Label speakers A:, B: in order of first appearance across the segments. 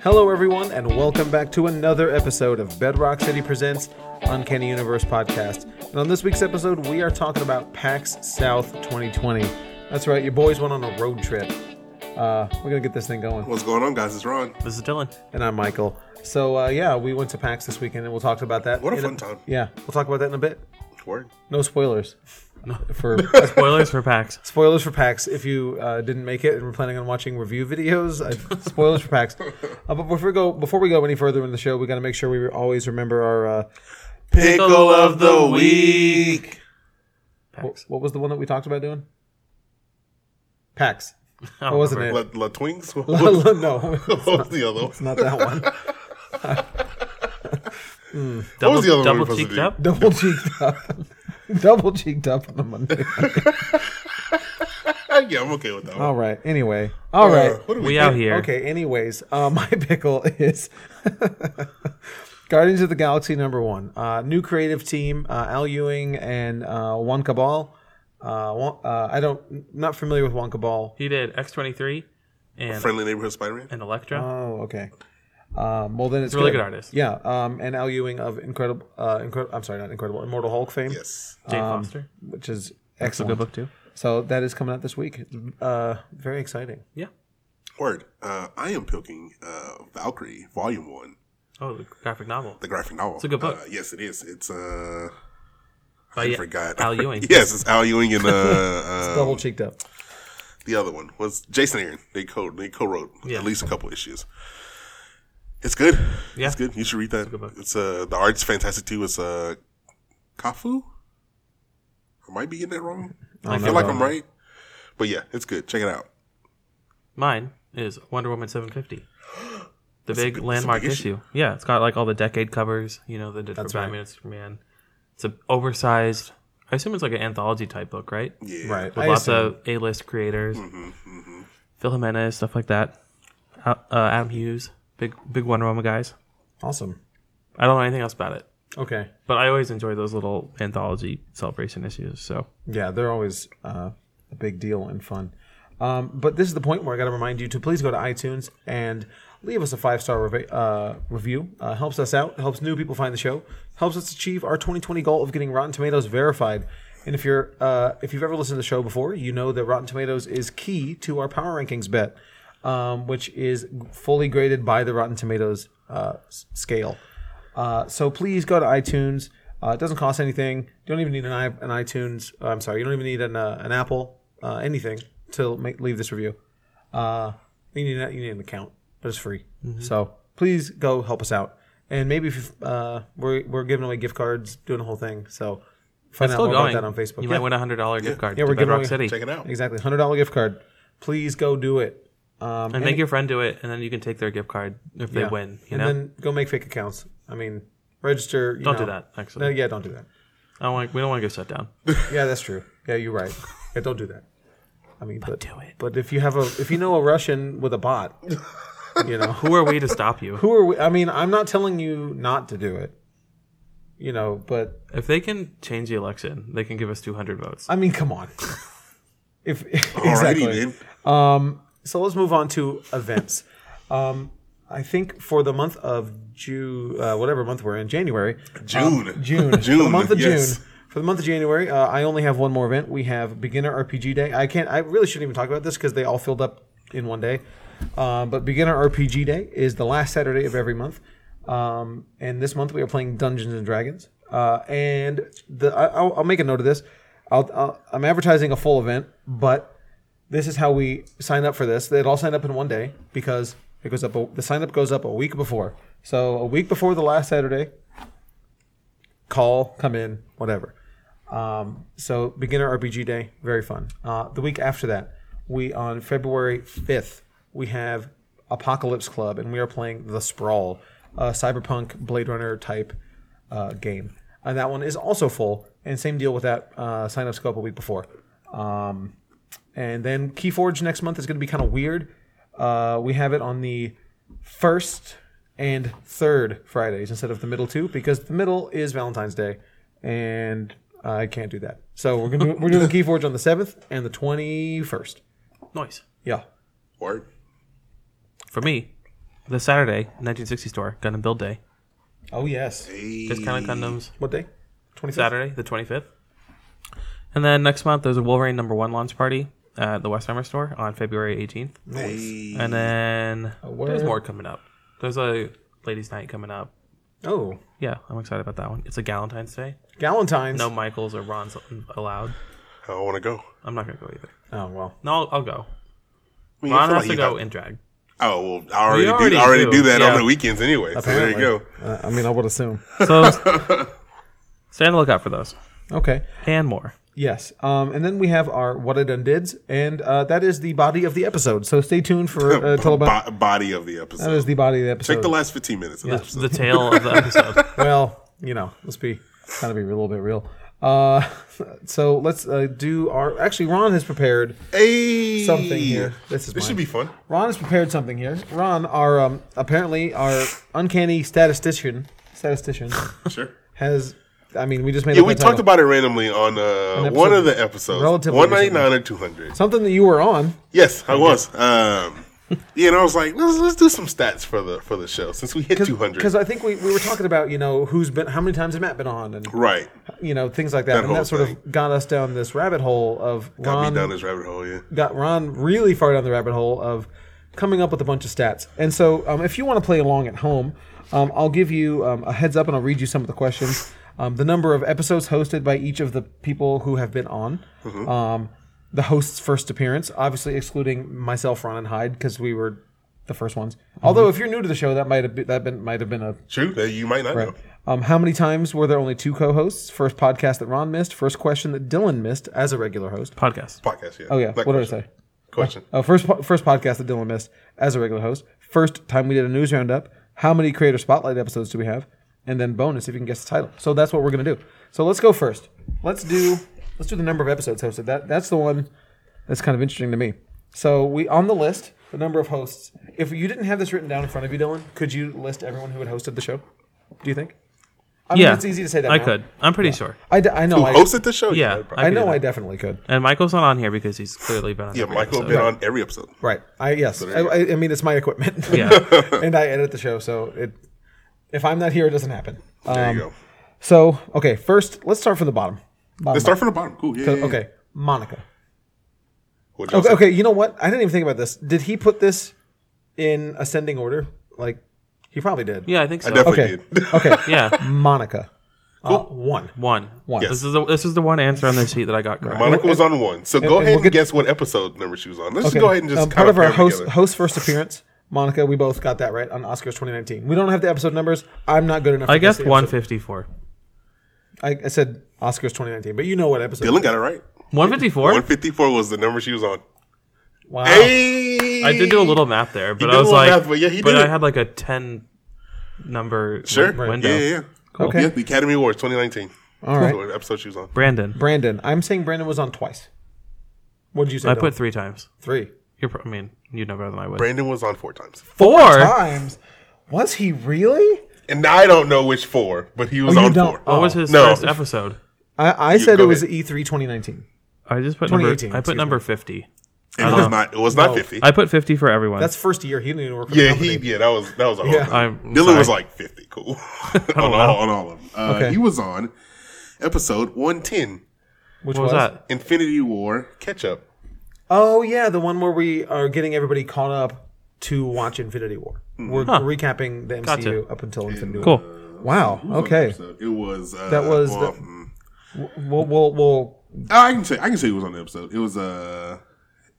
A: Hello, everyone, and welcome back to another episode of Bedrock City Presents Uncanny Universe Podcast. And on this week's episode, we are talking about PAX South 2020. That's right, your boys went on a road trip. Uh, we're going to get this thing going.
B: What's going on, guys? It's Ron.
C: This is Dylan.
A: And I'm Michael. So, uh, yeah, we went to PAX this weekend, and we'll talk about that.
B: What a
A: in
B: fun time.
A: Yeah, we'll talk about that in a bit.
B: Word.
A: No spoilers. For
C: Spoilers for PAX.
A: spoilers for PAX. If you uh, didn't make it and were planning on watching review videos, I, spoilers for PAX. Uh, but before we go, before we go any further in the show, we got to make sure we always remember our. Uh,
B: Pickle of the week.
A: what, what was the one that we talked about doing? PAX. What
C: don't
A: wasn't
B: La,
A: it?
B: La Twinks?
A: no,
B: what was the other one?
A: not that one.
C: Double,
B: was the other one we
C: double
B: were supposed to
C: cheeked
B: do?
C: up.
A: Double cheeked up. Double cheeked up on a Monday.
B: Uh, yeah, I'm okay with that one.
A: All right. Anyway. All right.
B: Uh, what do we,
C: We out here.
A: Okay. Anyways, uh, my pickle is Guardians of the Galaxy number one. Uh, new creative team: uh, Al Ewing and uh, Juan Cabal. Uh, Juan- uh, I don't not familiar with Juan Cabal.
C: He did X twenty three and
B: Friendly Neighborhood Spider-Man?
C: and
B: Uh,
C: Electra.
A: Oh, okay. Um, well, then it's
C: a really good artist.
A: Yeah, um, and Al Ewing of incredible, uh, incredible. I'm sorry, not incredible. Immortal Hulk fame,
B: Yes.
C: Jane Foster.
A: which is
C: It's a good
A: excellent.
C: book too.
A: So that is coming out this week. Uh, very exciting.
C: Yeah.
B: Word. Uh, I am picking uh, Valkyrie, Volume 1,
C: Oh, the graphic novel
B: the graphic novel. It's
C: a good book.
B: Uh, yes, it is. It's, uh...
C: by
B: I forgot.
C: Al Ewing.
B: yes, it's Al Ewing and, uh... uh
A: Double cheeked up.
B: the other one was Jason Aaron. They co they co wrote
C: Yeah.
B: at least a couple issues. It's good.
C: Yeah.
B: It's good. You should read that.
C: book.
B: It's, uh the art's fantastic too. It's uh Kafu. I might be getting that wrong. I feel like I'm right. But yeah, it's good. Check it out.
C: Mine is Wonder Woman seven fifty. The big landmark
B: big issue.
C: issue. Yeah, it's got like all the decade covers. You know, they did for Batman and Superman. It's an oversized. I assume it's like an anthology type book, right?
B: Yeah.
A: Right.
C: With
A: I
C: lots
A: assume.
C: of A list creators,
B: Mm-hmm,
C: Phil Jimenez, stuff like that. Uh, uh, Adam Hughes, big big Wonder Woman guys.
A: Awesome.
C: I don't know anything else about it,
A: Okay.
C: but I always enjoy those little anthology celebration issues. So
A: Yeah, they're always uh, a big deal and fun. Um, but this is the point where I got to remind you to please go to iTunes and leave us a five star reva- uh, review. Uh, helps us out, helps new people find the show, helps us achieve our 2020 goal of getting Rotten Tomatoes verified. And if you're uh, if you've ever listened to the show before, you know that Rotten Tomatoes is key to our power rankings bet, um, which is fully graded by the Rotten Tomatoes uh, s- scale. Uh, so please go to iTunes. Uh, it doesn't cost anything. You don't even need an, i- an iTunes. uh, I'm sorry, you don't even need an, uh, an Apple, uh, anything to make, leave this review. Uh, you, need, a- you need an account, but it's free.
C: Mm-hmm.
A: So please go help us out. And maybe if you've, uh, we're, we're giving away gift cards, doing the whole thing. So find out
C: still
A: more
C: going
A: about that on Facebook.
C: You
A: Yeah.
C: might win a hundred dollar gift card
A: Yeah,
C: to
A: we're giving
C: Bedrock
A: away-
C: City,
B: Check it out.
A: exactly. $100 gift card. Please go do it. Um,
C: and make your friend do it, and then you can take their gift card if they
A: yeah.
C: win.
A: and
C: You know,
A: then go make fake accounts. I mean, register. you
C: don't do
A: know.
C: that. Actually,
A: No, yeah, don't do that.
C: I don't want. We don't want to get shut down.
A: Yeah, that's true. Yeah, you're right. Yeah, don't do that. I mean, but,
C: do it.
A: But if you have a, if you know a Russian with a bot, you know
C: Who are we to stop you?
A: who are we? I mean, I'm not telling you not to do it. You know, but
C: If they can change the election, they can give us two hundred votes.
A: I mean, come on. If
B: Alrighty,
A: exactly.
B: then.
A: So let's move on to events. um, I think for the month of June, uh, whatever month we're in, January,
B: June.
A: June.
B: June.
A: For the month of
B: yes.
A: June. For the month of January, uh, I only have one more event. We have Beginner RPG Day. I can't. I really shouldn't even talk about this because they all filled up in one day. Uh, but Beginner RPG Day is the last Saturday of every month, um, and this month we are playing Dungeons and Dragons. Uh, and the I, I'll, I'll make a note of this. I'll, I'll, I'm advertising a full event, but this is how we sign up for this. They'd all sign up in one day because it goes up. A, the sign up goes up a week before. So a week before the last Saturday, call, come in, whatever. Um, so beginner RPG day, very fun. Uh, the week after that, we on February fifth, we have Apocalypse Club, and we are playing The Sprawl, a cyberpunk Blade Runner type uh, game, and that one is also full. And same deal with that uh, sign up scope a week before. Um, and then Keyforge next month is going to be kind of weird. Uh, we have it on the first and third Fridays instead of the middle two because the middle is Valentine's Day, and I can't do that. So we're gonna do, we're doing Keyforge on the seventh and the twenty first.
C: Noise
A: Yeah,
B: Word.
C: for me. the Saturday, 1960 store, Gundam Build Day.
A: Oh yes.
C: Discounted Gundams.
A: What day? Twenty
C: Saturday, the 25th. And then next month, there's a Wolverine number one launch party at the Westheimer store on February 18th.
B: Hey.
C: And then
A: word.
C: there's more coming up. There's a ladies' night coming up.
A: Oh,
C: Yeah, I'm excited about that one. It's a Galentine's Day.
A: Galentine's.
C: No Michaels or Ron's allowed.
B: I want to go.
C: I'm not gonna go either.
A: Oh well.
C: No, I'll, I'll go.
B: I mean, I
C: Ron
B: feel
C: has
B: like
C: to
B: you
C: go
B: have-
C: in drag.
B: Oh well, I already,
C: already
B: do, I already
C: do.
B: do that
C: Yeah.
B: on the weekends anyway. So there you go.
A: Uh, I mean, I would assume.
C: So stay on the lookout for those
A: Okay.
C: and more.
A: Yes. Um, and then we have our what I done dids, and uh, that is the body of the episode. So stay tuned for uh, tell about
B: Bo- body of the episode.
A: that is the body of the
B: Take
A: episode.
B: the last 15 minutes of the
C: That's
B: episode.
C: the tail of the episode.
A: well, you know, let's be kind of be a little bit real. Uh, so let's uh, do our. Actually, Ron has prepared
B: Hey,
A: something here. This is
B: This
A: mine.
B: should be fun.
A: Ron has prepared something here. Ron, our um, apparently our uncanny statistician, statistician
B: Sure.
A: has. I mean, we just made.
B: Yeah,
A: up
B: we
A: that
B: talked
A: title.
B: about it randomly on uh,
A: episode
B: one of the episodes,
A: relatively
B: 199 or 200.
A: something that you were on.
B: Yes, I was. Um, yeah, and I was like, let's, let's do some stats for the for the show since we hit 200.
A: Because I think we, we were talking about you know who's been how many times has Matt been on and
B: right.
A: you know things like that, and
B: whole
A: that sort
B: thing.
A: of got us down this rabbit hole of
B: Got
A: Ron
B: me down this rabbit hole, yeah.
A: got Ron really far down the rabbit hole of coming up with a bunch of stats. And so, um, if you want to play along at home, um, I'll give you um, a heads up and I'll read you some of the questions. Um, the number of episodes hosted by each of the people who have been on. Um, the host's first appearance, obviously excluding myself, Ron, and Hyde, because we were the first ones. Although, if you're new to the show, that might have been, that been, might have been a
B: True. That you might not know.
A: um, how many times were there only two co-hosts? First podcast that Ron missed. First question that Dylan missed as a regular host.
C: Podcast.
B: Podcast, yeah.
A: Oh yeah,
B: Not
A: what
B: question.
A: did I say?
B: Question.
A: Oh, first po- first podcast that Dylan missed as a regular host. First time we did a news roundup. How many creator spotlight episodes do we have? And then bonus if you can guess the title. So that's what we're gonna do. So let's go first. Let's do let's do the number of episodes hosted. That that's the one that's kind of interesting to me. So we on the list the number of hosts. If you didn't have this written down in front of you, Dylan, could you list everyone who had hosted the show? Do you think? I mean,
C: yeah,
A: it's easy to say that.
C: I
A: now.
C: could. I'm pretty sure.
A: I, d- I know. I,
B: Hosted the show?
A: I
C: Yeah, could do
A: know.
C: that.
A: I definitely could.
C: And Michael's not on here because he's clearly been on.
B: Yeah,
C: every
B: Michael
C: episode.
B: been on every episode.
A: Right. I yes. I, I, I mean, it's my equipment.
C: Yeah.
A: and I edit the show, so it if I'm not here, it doesn't happen. Uh,
B: There you go.
A: so okay, first let's start from the bottom. Bottom
B: Let's start from the bottom. Cool. Yeah. yeah,
A: bottom.
B: yeah.
A: um, Okay, Monica.
B: What y'all
A: Okay,
B: say?
A: okay, you know what? I didn't even think about this. Did he put this in ascending order? Like he probably did.
C: yeah, I think so.
B: I definitely
A: Okay.
B: did.
A: okay.
C: yeah,
A: Monica. Uh, one.
C: one.
A: One.
C: This is the this is the one answer on this sheet that I got correct.
B: Monica was on one. So go ahead
A: we'll
B: and
A: get-
B: guess what episode number she was on. Let's
A: Okay.
B: just go ahead and just
A: um,
B: kind
A: part of our
B: pair them
A: host
B: together.
A: host first appearance. Monica, we both got that right on Oscars 2019. We don't have the episode numbers. I'm not good enough.
C: I
A: to guess
C: guessed
A: the episode.
C: 154.
A: I, I said Oscars 2019, but you know what episode?
B: Dylan got it right.
C: 154.
B: 154 was the number she was on.
A: Oh. Wow.
B: Hey!
C: I did do a little math there, but
B: did
C: I
B: a
C: was
B: little
C: like,
B: math, but yeah, he
C: but
B: did
C: I
B: it.
C: had like a 10 number
B: Sure.
C: win- window.
B: Yeah, yeah, yeah.
A: Okay.
B: Yeah, the Academy Awards 2019. All
A: right.
B: What episode she was on.
C: Brandon,
A: Brandon. I'm saying Brandon was on twice. What did you say?
C: I
A: Dylan?
C: put three times.
A: three.
C: You're, pro- I mean, you know better than I would.
B: Brandon was on four times.
C: Four.
A: times. Was he really?
B: And I don't know which four, but he was
A: Oh, you
B: on
A: don't-
B: four.
A: oh.
C: What was his
B: No.
C: first episode?
A: I, I said
B: go
A: it was E
B: ahead.
A: E3 2019.
C: I just put number.
A: 2018,
C: I
A: excuse
C: put number 50.
B: It was not it was not fifty.
C: Uh-huh. I put 50 for everyone.
A: That's first year. He didn't even work for the
B: yeah,
A: company.
B: he yeah, that was that was a whole
A: Yeah.
B: thing.
C: I'm
B: Dylan
C: sorry.
B: was like fifty, cool. on, all, on all of them. Uh,
A: Okay.
B: he was on episode one ten,
A: Which
C: what was that?
B: Infinity War catch up.
A: Oh yeah, the one where we are getting everybody caught up to watch Infinity War. We're recapping the MCU
C: Gotcha.
A: up until Infinity
C: Cool.
A: War. Wow. Okay.
B: So it was uh,
A: That was
B: well,
A: the-
B: mm.
A: We'll, we'll, we'll
B: Oh, I can say I can say who was on the episode. It was uh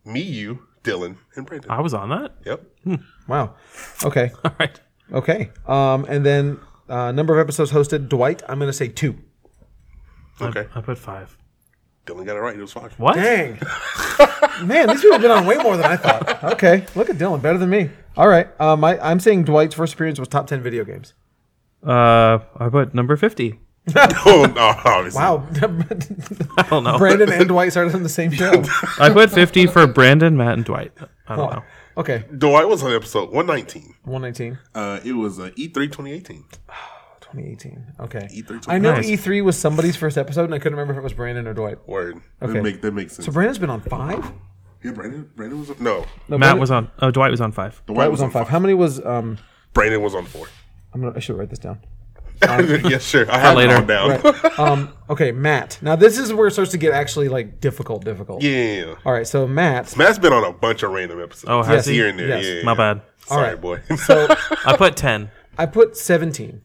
B: me, you, Dylan, and Brandon.
C: I was on that.
B: yep.
A: Uh, wow. Okay.
C: All right.
A: Okay. Um, and then uh, number of episodes hosted. Dwight. I'm gonna say two.
B: Okay.
C: I put five.
B: Dylan got it right. It was five.
C: What?
A: Dang. Man, these people have been on way more than I thought. Okay, look at Dylan, better than me. All right, um, I, I'm saying Dwight's first appearance was top 10 video games.
C: Uh, I put number 50.
B: oh, no, obviously.
A: Wow.
C: I
B: Oh,
C: don't know.
A: Brandon and Dwight started on the same show.
C: I put 50 for Brandon, Matt, and Dwight. I
A: Oh,
C: don't know.
A: Okay,
B: Dwight was on episode one nineteen.
A: 119,
B: Uh, it was uh, E three twenty eighteen.
A: 2018. Okay.
B: E3
A: I know
C: E Nice.
A: E3 was somebody's first episode, and I couldn't remember if it was Brandon or Dwight.
B: Word.
A: Okay.
B: That, make, that makes sense.
A: So Brandon's been on five?
B: Yeah, Brandon. Brandon was on, no.
A: No,
C: Matt
A: Brandon-
C: was on. Oh, Dwight was on five.
B: The
A: Dwight was on five. How many was um?
B: Brandon was on four.
A: I'm gonna, I should write this down. Oh,
B: yeah, sure. I have
C: later.
B: it all down.
A: Right. um. Okay, Matt. Now this is where it starts to get actually like difficult, difficult.
B: yeah.
A: All right, so Matt.
B: Matt's been on a bunch of random episodes.
C: Oh, has Yes. he?
B: Here and there.
A: Yes.
B: Yeah,
C: My bad.
A: All
B: Sorry,
A: right.
B: boy.
A: So
C: I put ten.
A: I put 17.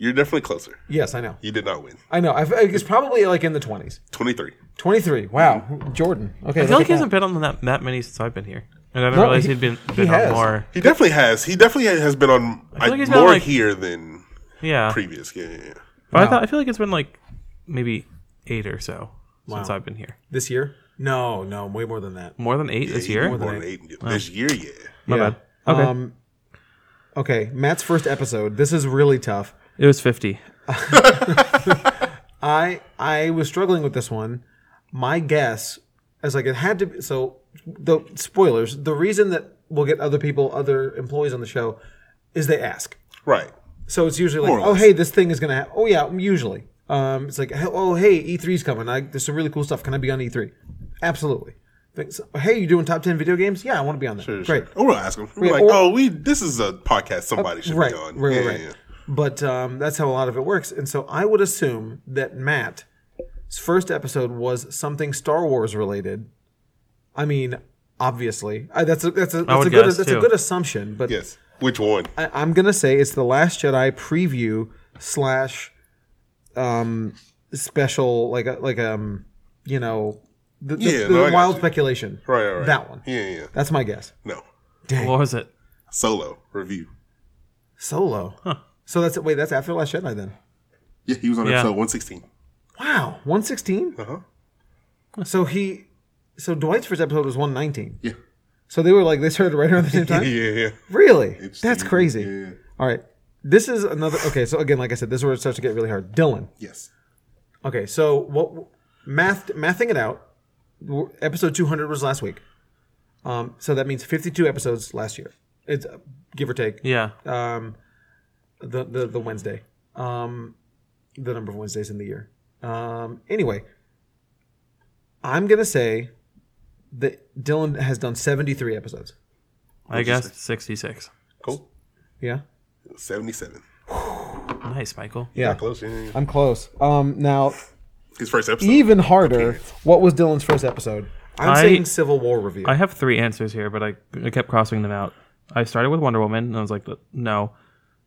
B: You're definitely closer.
A: Yes, I know.
B: You did not win.
A: I know. I, it's probably like in the 20s.
B: 23.
A: 23. Wow, Jordan. Okay,
C: I feel like he hasn't been on that that many since I've been here, and I didn't
A: No,
C: realize
A: he-
C: he, had been
A: he
C: been
A: has.
C: on more.
B: He definitely has. He definitely has been on I
C: feel like he's been on,
B: more
C: like-
B: here than
C: Yeah,
B: previous. Yeah, yeah, yeah.
C: but I thought I feel like it's been like maybe eight or so since I've been here.
A: this year. No, no, way more than that.
C: More than eight this
B: He
C: year.
B: won more than eight. This year, yeah.
C: My
A: Yeah.
C: bad. Okay,
A: Um, okay, Matt's first episode. This is really tough.
C: it was fifty.
A: I I was struggling with this one. My guess is like it had to be so the spoilers, the reason that we'll get other people, other employees on the show is they ask.
B: Right.
A: So it's usually like,
B: or
A: oh
B: less.
A: hey, this thing is gonna. Ha-. Oh yeah, usually. Um, it's like, oh hey, E3's coming. I, there's some really cool stuff. Can I be on E3? Absolutely. Thanks. Hey, you doing top ten video games? Yeah, I want to be on there. Great.
B: Or we'll ask him. We're
A: Yeah,
B: like,
A: or-
B: oh, we. This is a podcast somebody should
A: Right.
B: be on.
A: Right.
B: yeah,
A: Right. right.
B: yeah, yeah.
A: But um, that's how a lot of it works. And so I would assume that Matt's first episode was something Star Wars related. I mean, obviously, I, that's a, that's a, that's
C: would
A: a good
C: guess,
A: that's a
C: too.
A: good assumption. But
B: Yes. Which one?
A: I, I'm gonna say it's the Last Jedi preview slash um special like a like um you know the, the,
B: Yeah,
A: the
B: no, I got
A: wild
B: you.
A: speculation
B: Right. Right. right.
A: that one
B: Yeah. Yeah. yeah.
A: that's my guess
B: No.
C: What was it?
B: Solo review.
A: solo so that's wait that's after Last Jedi then
B: Yeah, he was on
C: Yeah.
B: episode 116.
A: wow 116
B: Uh-huh.
A: so he so Dwight's first episode was 119
B: Yeah.
A: so they were like they started right around the same
B: Yeah,
A: time
B: yeah, yeah.
A: Really? That's
B: yeah,
A: crazy.
B: yeah.
A: All right. This is another. Okay, so again, like I said, this is where it starts to get really hard. Dylan.
B: Yes.
A: Okay, so what math mathing it out? w- Episode 200 was last week, um, so that means 52 episodes last year. It's uh, give or take
C: Yeah,
A: um, the, the the Wednesday, um, the number of Wednesdays in the year. Um, anyway, I'm gonna say that Dylan has done 73 episodes.
C: I guessed sixty-six.
B: Cool.
A: Yeah,
B: 77.
C: Nice, Michael.
A: yeah,
B: Close. Yeah, yeah, yeah.
A: I'm close. Um, now
B: His first episode.
A: even harder. What was Dylan's first episode? I'm
C: I-
A: saying Civil War review.
C: I have three answers here, but I, I kept crossing them out. I started with Wonder Woman, and I was like, no,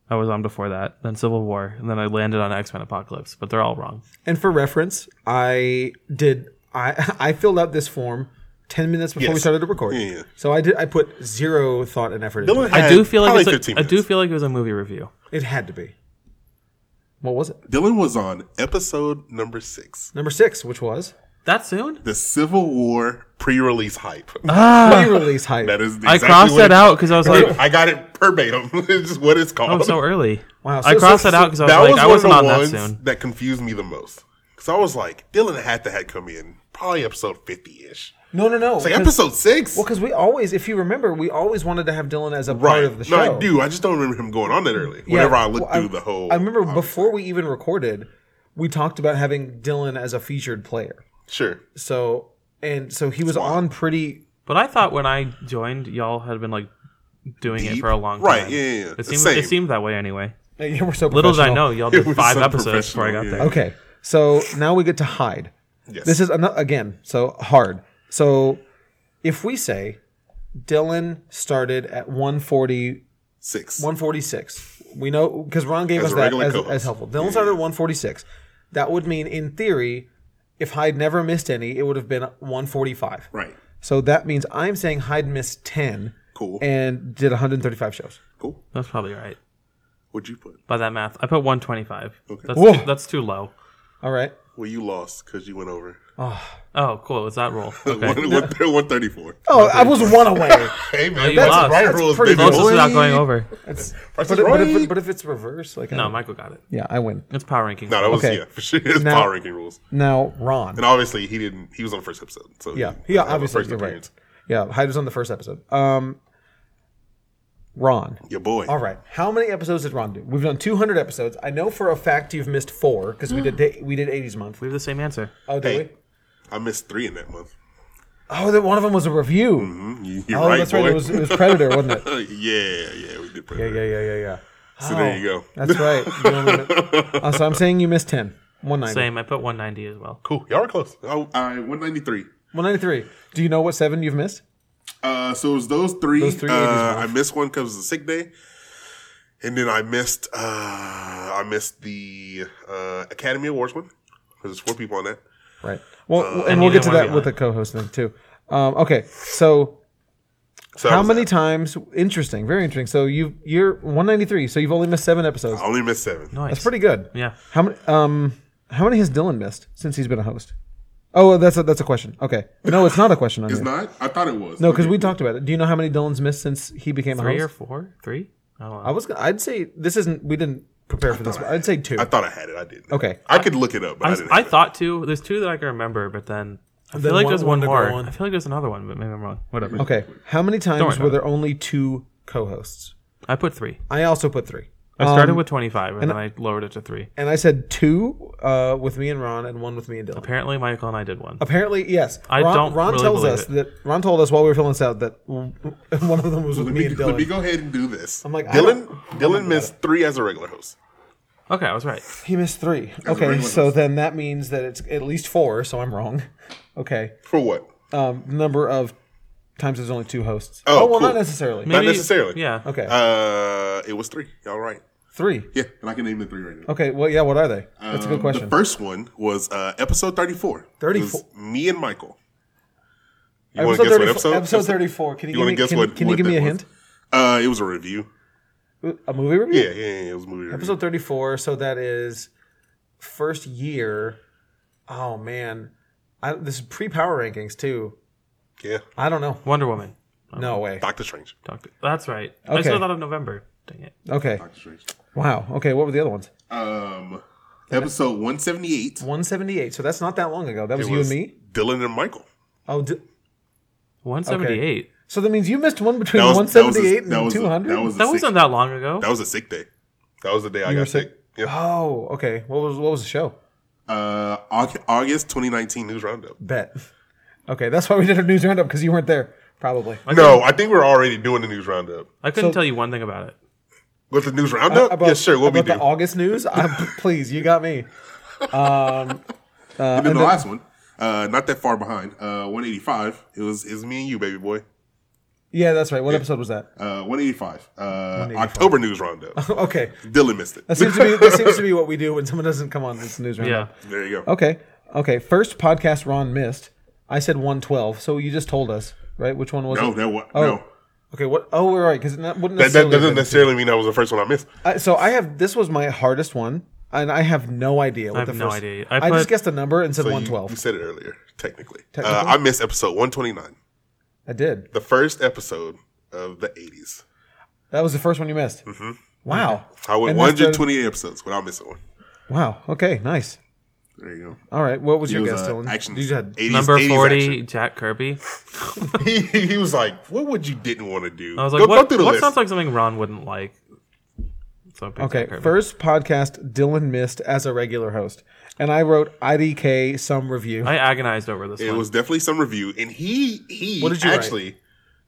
C: I was on before that. Then Civil War, and then I landed on X Men Apocalypse, but they're all wrong.
A: And for reference, I did I I filled out this form ten minutes before we
B: Yes.
A: started to record.
B: Yeah, yeah.
A: So I did I put zero thought and effort into
B: Dylan
A: it.
B: had
C: I do feel
B: probably
C: like it's
B: 15
C: a, I do
B: minutes.
C: feel like it was a movie review.
A: It had to be. What was it?
B: Dylan was on episode number six,
A: Number six, which was
C: That soon?
B: the Civil War pre-release hype.
C: Ah.
A: pre-release hype.
B: that is.
C: Uh, I crossed that out because I was like,
B: I got it verbatim. it's just what it's
C: oh,
B: called.
C: so early.
A: Wow,
C: I
A: so-
C: crossed
A: so-
C: that out because I was
B: that
C: like,
B: was
C: I
B: one
C: wasn't
B: of
C: on
B: the
C: that
B: ones
C: soon.
B: that confused me the most because I was like, Dylan had to had come in probably episode fifty-ish.
A: No, no, no.
B: It's like
A: 'cause-
B: episode six.
A: well, because we always, if you remember, we always wanted to have Dylan as a part
B: right.
A: of the show.
B: no, I do. I just don't remember him going on that early.
A: Yeah,
B: Whenever I look
A: well,
B: through the whole,
A: I remember before we even recorded, we talked about having Dylan as a featured player.
B: Sure.
A: So and so he was on pretty
C: But I thought when I joined, y'all had been like doing it
B: Deep?
C: for a long time.
B: Right, yeah, yeah, yeah.
C: It
B: The
C: seemed
B: same.
C: it seemed that way anyway.
A: Yeah, we're so
C: Little did I
A: professional.
C: know, y'all
B: It
C: did
B: was
C: five
B: so
C: episodes before I got
B: professional,
C: there.
B: yeah.
A: Okay, so now we get to hide.
B: Yes.
A: This is ano- again so hard. So if we say Dylan started at 140,
B: six.
A: 146, we know because Ron gave
B: As
A: us
B: a
A: that
B: regular
A: as,
B: co-host.
A: as helpful. Dylan started at 146. That would mean, in theory, if Hyde never missed any, it would have been 145.
B: Right.
A: So that means I'm saying Hyde missed 10
B: Cool.
A: and did 135 shows.
B: Cool.
C: That's probably right.
B: What'd you put?
C: By that math, I put 125. That's,
A: Whoa.
C: too, that's too low.
A: All right.
B: Well, you lost because you went over.
C: Oh, cool. It's that roll. Okay.
B: One, one, 134.
A: Oh, I was one away.
B: Hey, man.
C: you lost.
A: That's
B: rules,
A: pretty
B: baby.
A: close.
C: Closest
A: Boy.
C: without going over.
A: That's-
B: Price
A: but,
B: is
A: it- but, if,
B: right.
A: but if it's reverse, like I
C: No,
A: don't-
C: Michael got it.
A: yeah, I win.
C: It's power ranking.
B: No, that was
A: Okay.
B: yeah for sure. It's
A: Now-
B: power ranking rules,
A: Now Ron.
B: and obviously he didn't. He was on the first episode, so
A: Yeah,
B: he
A: yeah,
B: was on the
A: obviously,
B: first
A: you're right.
B: appearance.
A: Yeah, Hyde was on the first episode. Um, Ron.
B: Your boy.
A: All right, how many episodes did Ron do? We've done 200 episodes. I know for a fact you've missed four because we did da- we did 80s month.
C: we have the same answer.
A: Oh, did
B: Hey. I missed three in that month.
A: Oh, that one of them was a review.
B: Mhm, You, you're
A: Oh,
B: right,
A: that's
B: boy.
A: right. It was, it was Predator, wasn't it?
B: yeah, yeah, we did
A: Yeah,
B: Predator.
A: yeah, yeah, yeah, yeah. Oh,
B: So there you go.
A: That's right. You only- uh, so I'm saying you missed 10. 190.
C: Same. I put 190 as well.
B: Cool. Y'all are close. Oh, I 193.
A: 193. Do you know what seven you've missed?
B: Uh, so it was those three.
A: Those three
B: uh,
A: 80s
B: I missed one because it was a sick day, and then I missed uh, I missed the uh, Academy Awards one because there's four people on that.
A: Right.
B: Uh,
A: Well, and we'll
C: you
A: get
C: didn't
A: to
C: wanna
A: that
C: be
A: with the co-host then too. Um, okay, so
B: So that
A: how
B: was
A: many
B: that.
A: times? Interesting, very interesting. So you you're 193. So you've only missed seven episodes.
B: I only missed seven.
C: Nice.
A: That's pretty good.
C: Yeah.
A: How many? Um, how many has Dylan missed since he's been a host? Oh, that's a, that's a question. Okay. No, it's not a question. On
B: It's
A: here.
B: not. I thought it was.
A: No, because we talked about it. Do you know how many Dylan's missed since he became a
C: Three
A: host?
C: or four? Three? I don't know.
A: I was. gonna- I'd say this isn't. We didn't prepare for this. But I'd say two.
B: I thought I had it. I didn't.
A: Okay.
B: I could look it up, but I,
C: I,
B: didn't.
C: I
B: have it.
C: thought two. There's two that I can remember, but then I feel
D: then
C: like
D: one-
C: there's
D: one
C: one,
D: to go
C: more.
D: on.
C: I feel like there's another one, but maybe I'm wrong. Whatever.
A: Okay. How many times
C: worry
A: were
C: about
A: there only two co-hosts?
C: I put three.
A: I also put three.
C: I started with 25, and, then I lowered it to three.
A: and I said two uh, with me and Ron, and one with me and Dylan.
C: Apparently, Michael and I did one.
A: Apparently, yes.
C: I
A: Ron,
C: don't
A: Ron
C: really
A: tells
C: believe
A: us
C: it.
A: that Ron told us while we were filling this out that w- one of them was with
B: Let
A: me
B: me,
A: and
B: let me
A: Dylan.
B: go ahead and do this. I'm
A: like, I
B: Dylan.
A: don't-
B: Dylan missed three as a regular host.
C: Okay, I was right.
A: He missed three.
B: bring
A: Okay,
B: one
A: so
B: up.
A: then that means that it's at least four. So I'm wrong. Okay,
B: For what?
A: um, number of times there's only two hosts.
B: Oh,
A: well,
B: cool.
A: not necessarily.
B: Maybe- necessarily.
C: Yeah.
A: Okay,
B: Uh, it was three. Y'all right?
A: three.
B: Yeah, and I can name the three right now.
A: Okay, well, yeah. What are they? That's a good
B: Um,
A: question.
B: The first one was uh, episode 34.
A: 34.
B: It was Me and Michael. You wanna
A: episode,
B: guess what
A: 34,
B: episode?
A: episode 34. Can you,
B: You
A: give
B: wanna
A: me,
B: guess
A: can,
B: what-
A: can you
B: what
A: give me
B: that
A: a
B: was?
A: hint?
B: Uh, it was a review.
A: A movie review?
B: Yeah, yeah, yeah, it was a movie
A: Episode 34, so that is first year. Oh man. I, this is pre power rankings too.
B: review. Yeah,
A: I don't know.
C: Wonder Woman.
B: Oh.
A: No way.
B: Doctor Strange.
C: Doctor. That's right. I
A: Okay.
C: still thought of November. Dang it.
A: Okay.
B: Doctor Strange.
A: Wow. Okay, what were the other ones?
B: Um, episode 178.
A: 178. So that's not that long ago. That was
B: It
A: you
B: was
A: and me.
B: Dylan and Michael.
A: Oh, d-
C: 178.
A: so that means you missed one between
B: That was- that was a-
A: 178
B: that
A: and
B: was a-
A: 200?
B: That was a
C: That
B: sick-
C: wasn't that long ago.
B: that was a sick day. That was the day I
A: were
B: got
A: sick?
B: sick. Yeah.
A: Oh, okay. What was what was the show?
B: Uh, Aug- August 2019 news roundup.
A: Bet. Okay, that's why we did a news roundup because you weren't there, probably.
B: No, I think we we're already doing the news roundup.
C: I couldn't
A: So-
C: tell you one thing about it.
B: Uh-huh. With the news roundup?
A: Uh, About-
B: yeah, sure. What we
A: about
B: do.
A: the August news? i please, you got me.
B: and then the last one, uh, not that far behind, uh, 185. It was is me and you, baby boy.
A: Yeah, that's right. What episode was that?
B: Uh, 185. Uh, October news roundup.
A: Okay.
B: Dylan missed it.
A: That seems to be that seems to be what we do when someone doesn't come on this news
C: Yeah.
A: roundup.
B: There you go.
A: Okay. Okay. First podcast Ron missed. I said one twelve. So you just told us right which one was
B: No,
A: it?
B: that was
A: Oh,
B: no.
A: Okay. What? Oh, we're right because that wouldn't
B: That, that
A: necessarily. have
B: doesn't
A: been-
B: necessarily mean that was the first one I missed.
A: I, so I have this was my hardest one, and I have no idea. What
C: have
A: the
C: no
A: first,
C: idea.
A: I,
C: I
A: just
C: put-
A: guessed a number and said
B: So
A: one
B: You, you
A: twelve.
B: said it earlier, technically. Uh,
A: Technically?
B: I missed episode 129,
A: I did.
B: the first episode of the 80s.
A: That was the first one you missed. Mm-hmm. Wow.
B: I went
A: And that's the-
B: 128 episodes without missing one.
A: Wow. Okay. Nice.
B: There you go.
A: All right. What was
B: He
A: your
B: was,
A: guess,
B: uh,
A: Dylan?
B: action.
A: You had
B: 80s,
C: Number
B: 80s
C: 40,
B: action.
C: Jack Kirby.
B: He, he was like, "What would you didn't want to do?"
C: I was like,
B: go,
C: what,
B: go through the
C: what
B: list.
C: sounds like something Ron wouldn't like? So I picked
A: Okay,
C: Jack Kirby.
A: first podcast Dylan missed as a regular host, and I wrote IDK some review.
C: I agonized over this
B: it
C: one.
B: was definitely some review, and he he
A: What did you write?
B: actually.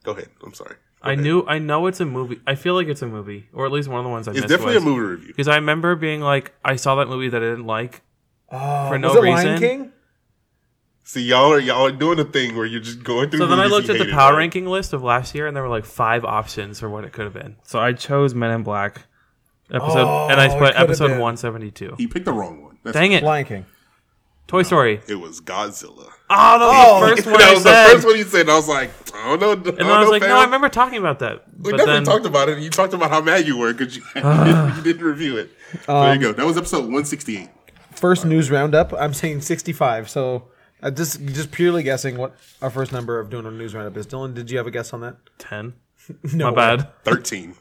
B: Go ahead. I'm sorry.
C: I knew. I know it's a movie. I feel like it's a movie, or at least one of the ones I
B: It's
C: missed.
B: definitely a movie review.
C: because I remember being like, I saw that movie that I didn't like.
A: oh,
C: for no
A: was it Lion
C: reason.
A: King?
B: See, y'all are y'all are doing the thing where you're just going through.
C: So then I
B: movies
C: looked
B: you
C: at the
B: hated,
C: power
B: right?
C: ranking list of last year, and there were like five options for what it could have been. So I chose Men in Black episode,
A: Oh,
C: and I
A: it
C: put
A: could've
C: episode
A: been.
C: one seventy two.
B: He picked the wrong one. That's
C: Dang it,
A: Lion King.
C: Toy Story.
B: It was Godzilla.
C: Oh, that was the first one
B: that
C: I
B: was
C: said.
B: the first one he said. and I was like, I don't know. I
C: and
B: don't
C: then I was
B: know,
C: like,
B: fam.
C: no, I remember talking about that.
B: We
C: but
B: definitely
C: then
B: talked about it. and You talked about how mad you were because you, you didn't review it. So
A: Um,
B: there you go. That was episode 168.
A: First news roundup. I'm saying 65. So I just just purely guessing what our first number of doing a news roundup is. Dylan, did you have a guess on that?
C: ten.
A: No,
C: My
A: way.
C: bad.
B: 13.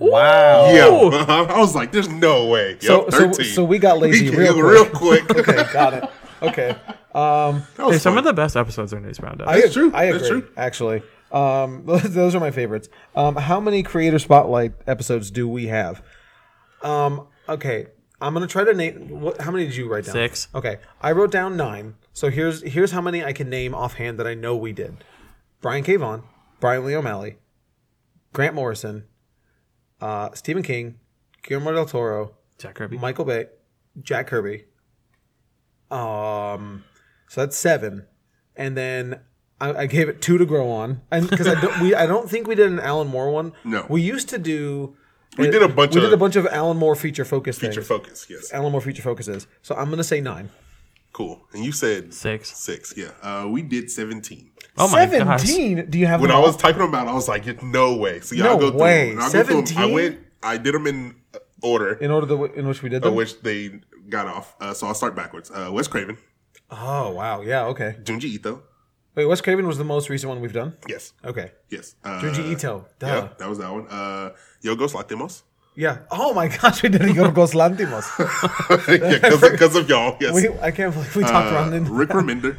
A: Wow.
B: Yeah, Uh-huh.
C: Ooh.
B: I was like, "There's no way."
A: So-
B: Yup,
A: so-
B: 13.
A: so we got lazy
B: We
A: real
B: real quick. okay,
A: Got it. Okay.
B: that was
C: Some
B: fun.
C: of the best episodes are News Roundup.
A: I,
B: That's
A: ag-
B: true.
A: I agree.
B: That's true.
A: Actually, um, those are my favorites. Um, how many creator spotlight episodes do we have? Um, okay, I'm gonna try to name. What, how many did you write down?
C: Six.
A: Okay, I wrote down nine. So here's here's how many I can name offhand that I know we did: Brian K. Vaughan, Brian Lee O'Malley, Grant Morrison, uh, Stephen King, Guillermo del Toro,
C: Jack Kirby.
A: Michael Bay, Jack Kirby. Um, so that's seven, and then I, I gave it two to grow on, and because I don't, we I don't think we did an Alan Moore one.
B: No.
A: we used to do.
B: We did a bunch
A: We did
B: of-
A: a bunch of Alan Moore feature focus
B: Feature
A: things.
B: focus, yes.
A: Alan Moore feature focuses. So I'm gonna say nine.
B: Cool. And you said
C: Six.
B: Six, yeah. Uh, we did 17.
C: Oh my gosh.
A: Seventeen? Do you have?
B: When
A: them
B: I
A: all?
B: was typing them out, I was like, no way. So
A: No
B: y'all go through
A: way.
B: them. And I'll go through them. I
A: 17?
B: went, I did them in order,
A: in order to, in which we did
B: of
A: them.
B: which they got off. Uh, so I'll start backwards. Uh, Wes Craven,
A: Oh wow, yeah, okay.
B: Junji Ito.
A: Wait, Wes Craven was the most recent one we've done.
B: Yes.
A: Okay,
B: Yes. Uh,
A: Junji Ito. Duh.
B: Yeah, that was that one. Uh, Yogos Latimos.
A: Yeah. Oh my gosh, we did Yorgos Lantimos.
B: Because of y'all. Yes.
A: We, I can't believe we talked
B: Uh,
A: around. In,
B: Rick Remender,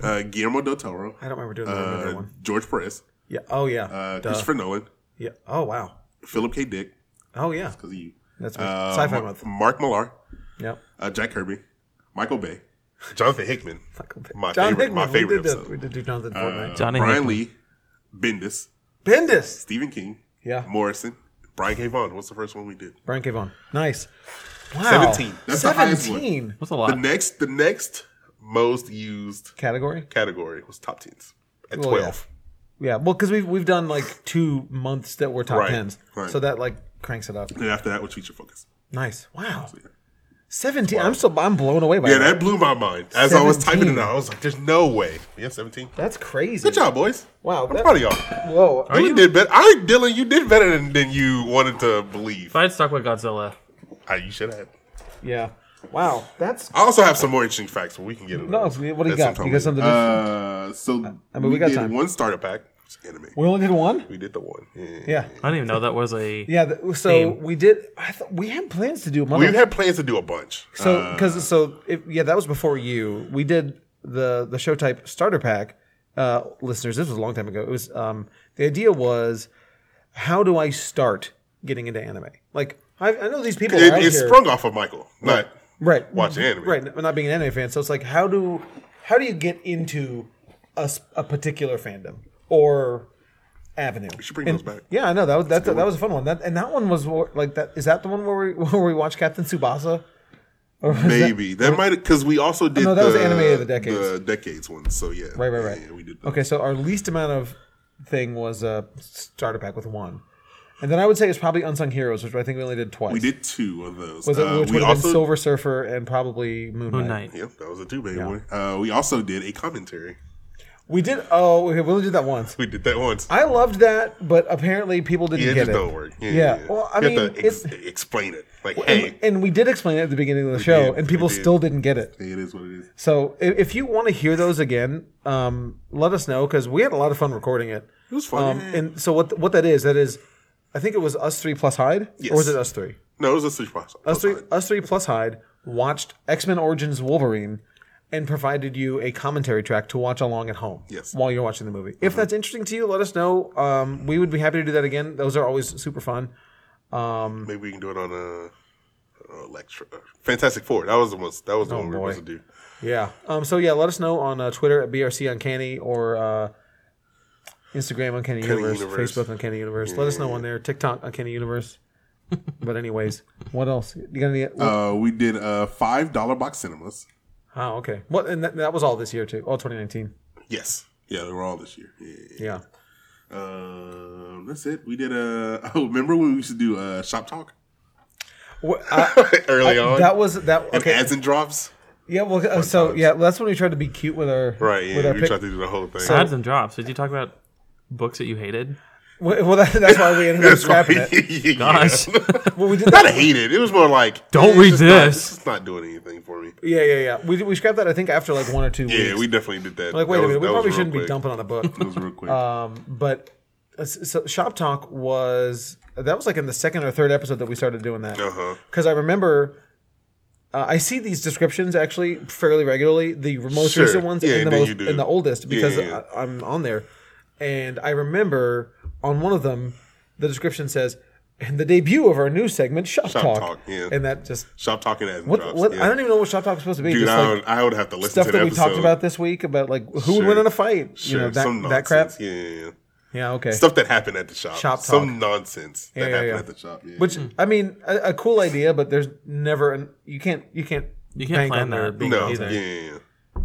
B: uh, Guillermo del Toro,
A: I don't remember doing the
B: uh,
A: other one.
B: George Perez,
A: Yeah. Oh yeah.
B: uh, Christopher Nolan,
A: yeah. Oh wow.
B: Philip K. Dick,
A: Oh yeah.
B: because of you.
A: That's me.
B: Uh,
A: Sci-fi
B: Mar-
A: month.
B: Mark Millar,
A: Yep.
B: uh, Jack Kirby, Michael Bay, Jonathan Hickman, my
A: John
B: favorite, my
A: Hickman,
B: favorite
A: we did, the,
B: episode, Uh,
A: we did do Jonathan Fortnite.
C: Johnny
B: Brian
C: Hickman.
B: Lee, Bendis,
A: Bendis.
B: Stephen King,
A: Yeah.
B: Morrison, Brian K. Vaughan. What's the first one we did?
A: Brian K. Vaughan. Nice. Wow.
B: 17. That's the highest one.
A: 17.
C: That's a
B: The
C: lot.
B: next, the next most used
A: Category?
B: category was top tens at
A: Well, Oh, yeah.
B: twelve.
A: Yeah. Well, because we've, we've done like two months that were top
B: Right,
A: 10s.
B: right.
A: So that like cranks it up.
B: And after that was feature focus.
A: Nice. Wow. 17. I'm still, I'm blown away by
B: Yeah,
A: that.
B: that blew my mind. As I was typing it
A: 17.
B: out, I was like, "There's no way." Yeah, seventeen.
A: That's crazy.
B: Good job, boys.
A: Wow,
B: I'm
A: that-
B: proud of y'all.
A: Whoa.
B: Dylan did better. I, Dylan, you did better than, than you wanted to believe.
C: If I had stuck with Godzilla,
B: Ah, you should have.
A: Yeah. Wow. That's.
B: I also have some more interesting facts, but we can get into
A: No,
B: those
A: what do you
B: at
A: got?
B: some time
A: You got something
B: later. Uh, so
A: I mean, we
B: we,
A: got
B: did
A: time.
B: one starter pack. It's anime.
A: We only did one?
B: We did the one. Yeah.
A: Yeah.
C: I didn't even know that was a.
A: Yeah. th- So
C: Same.
A: we did. I thought we had plans to do
B: We
A: another
B: had uh, plans to do a bunch.
A: So, because so if, yeah, that was before you. We did the the show type starter pack, uh, listeners. This was a long time ago. It was um, the idea was, how do I start getting into anime? Like I, I know these people
B: it,
A: are out
B: it
A: here,
B: sprung off of Michael. Not
A: right?
B: watching anime.
A: right? n- Not being an anime fan, so it's like how do how do you get into a, s- a particular fandom or avenue?
B: We should bring those back.
A: Yeah, I know that was that, that was a fun one. That and that one was wh- like that. Is that the one where we where we watch Captain Tsubasa?
B: Maybe that might because we also did
A: Oh, No, that was
B: the
A: anime of the decades.
B: the decades one. So yeah,
A: Right, right, right.
B: Yeah, we did. That.
A: Okay, so our least amount of thing was uh, starter pack with one, and then I would say it's probably unsung heroes, which I think we only did twice.
B: We did two of those.
A: was it,
B: Uh,
A: which
B: we
A: would have been
B: also
A: Silver Surfer and probably Moon Knight.
C: Moon Knight.
B: yeah, that was a two baby one. Uh, we also did a commentary.
A: We did. Oh, okay, we only did that once.
B: We did that once.
A: I loved that, but apparently people didn't
B: yeah, it
A: get
B: just
A: it.
B: don't work. Yeah,
A: Yeah, well, I
B: You have
A: mean,
B: to ex- explain it. Like, hey,
A: And, and we did explain it at the beginning of the show,
B: did,
A: and
B: we
A: people
B: did.
A: still didn't get it.
B: it is what it is.
A: So i- if you want to hear those again, um, let us know because we had a lot of fun recording it.
B: It was fun.
A: Um, and so what what that is that is, I think it was us three plus Hyde, or was
B: Yes.
A: it us three?
B: No, it was a switch box.
A: Us three, us three plus Hyde watched X Men Origins Wolverine and provided you a commentary track to watch along at home
B: Yes. Mm-hmm.
A: while you're watching the movie. If that's interesting to you, let us know. Um, we would be happy to do that again. Those are always super fun.
B: Maybe we can do it on a, a lecture. uh, Fantastic Four. That was the most. That was the one we were
A: Oh, boy.
B: supposed to do.
A: Yeah. Um, so yeah, let us know on uh, Twitter at BRC Uncanny or uh, Instagram Uncanny Universe,
B: Universe.
A: Facebook Uncanny Universe. Let us know on there. TikTok Uncanny Universe. but anyways, what else? You got any?
B: Uh, we did uh, five dollar box cinemas.
A: oh, okay. What? And that, that was all this year too. All 2019.
B: Yes. Yeah, they were all this year. Yeah.
A: Yeah.
B: Um, that's it. We did a. Oh, remember when we used to do uh, shop talk
A: Wha- I-
B: early on?
A: Oh, that was that.
B: and
A: Okay.
B: ads and drops.
A: Yeah, well, uh, so yeah, that's when we tried to be cute with our
B: Right. Yeah.
A: With our
B: we
A: pic-
B: tried to do the whole thing.
C: Ads and drops. Did you talk about books that you hated?
A: well, well, that, that's why we ended up
B: That's why-
A: scrapping it.
B: Yeah.
C: Gosh.
A: Well, we did
B: Not
A: that.
B: hated. It was more like
C: Don't
B: it's
C: read
B: just not-
C: this.
B: it's just not doing anything for me.
A: Yeah, yeah, yeah. We, we scrapped that. I think after like one or two
B: Yeah,
A: weeks.
B: we definitely did that.
A: like, wait
B: That
A: a
B: was-
A: minute, we
B: that was
A: probably
B: real
A: shouldn't
B: quick.
A: be dumping on a book.
B: It was real quick.
A: Um, but uh, so shop talk was that was like in the second or third episode that we started doing that
B: Uh-huh.
A: because I remember. Uh, I see these descriptions actually fairly regularly, the most
B: Sure.
A: recent ones
B: Yeah,
A: and, the
B: then
A: most,
B: you do.
A: and the oldest because
B: yeah, yeah.
A: I, I'm on there. And I remember on one of them, the description says and the debut of our new segment, Shop,
B: Shop
A: Talk.
B: Talk, yeah.
A: And that just
B: Stop talking as
A: what,
B: drops.
A: what
B: yeah.
A: I don't even know what Shop Talk is supposed to be.
B: Dude,
A: just
B: I,
A: like
B: would, I would have to listen
A: stuff
B: to
A: that
B: the
A: we
B: episode.
A: talked about this week about like who would
B: Sure.
A: win in a fight.
B: Sure,
A: you know, that,
B: some
A: that crap.
B: nonsense. Yeah, yeah, yeah.
A: Yeah, okay.
B: Stuff that happened at the shop.
A: Shop
B: Some nonsense that
A: Yeah, yeah,
B: happened
A: yeah.
B: at the shop. Yeah.
A: Which I mean, a, a cool idea, but there's never an, you can't you can't
C: You can't
A: bank
C: plan
A: on there
C: that.
A: being
B: no,
A: an
B: yeah,
A: easy-
B: yeah, yeah.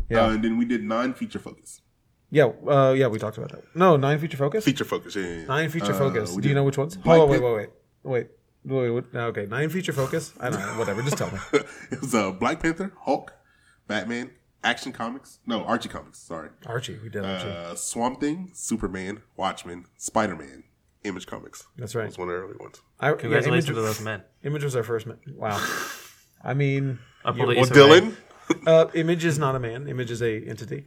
A: Yeah.
B: Uh, and then we did non-feature focus.
A: Yeah, uh, yeah, we talked about that. No, nine feature focus.
B: Feature focus. Yeah, yeah, yeah.
A: Nine feature
B: Uh,
A: focus.
B: we
A: Do you
B: did
A: know which ones?
B: Black
A: Hold on, wait,
B: Pan-
A: wait, wait, wait, wait. wait, what- no, okay, nine feature focus. I don't know. Whatever. Just tell me.
B: it was uh, Black Panther, Hulk, Batman, Action Comics. No, Archie Comics. Sorry.
A: Archie, we did Archie.
B: Uh, Swamp Thing, Superman, Watchmen, Spider Man, Image Comics.
A: That's right.
B: That was one of the early ones.
A: I, yeah,
C: Congratulations
A: Image,
C: to those men.
A: Image was our first man. Wow. I mean,
C: I pulled an
B: Well,
C: Easter egg.
B: Dylan,
A: uh, Image is not a man. Image is a entity.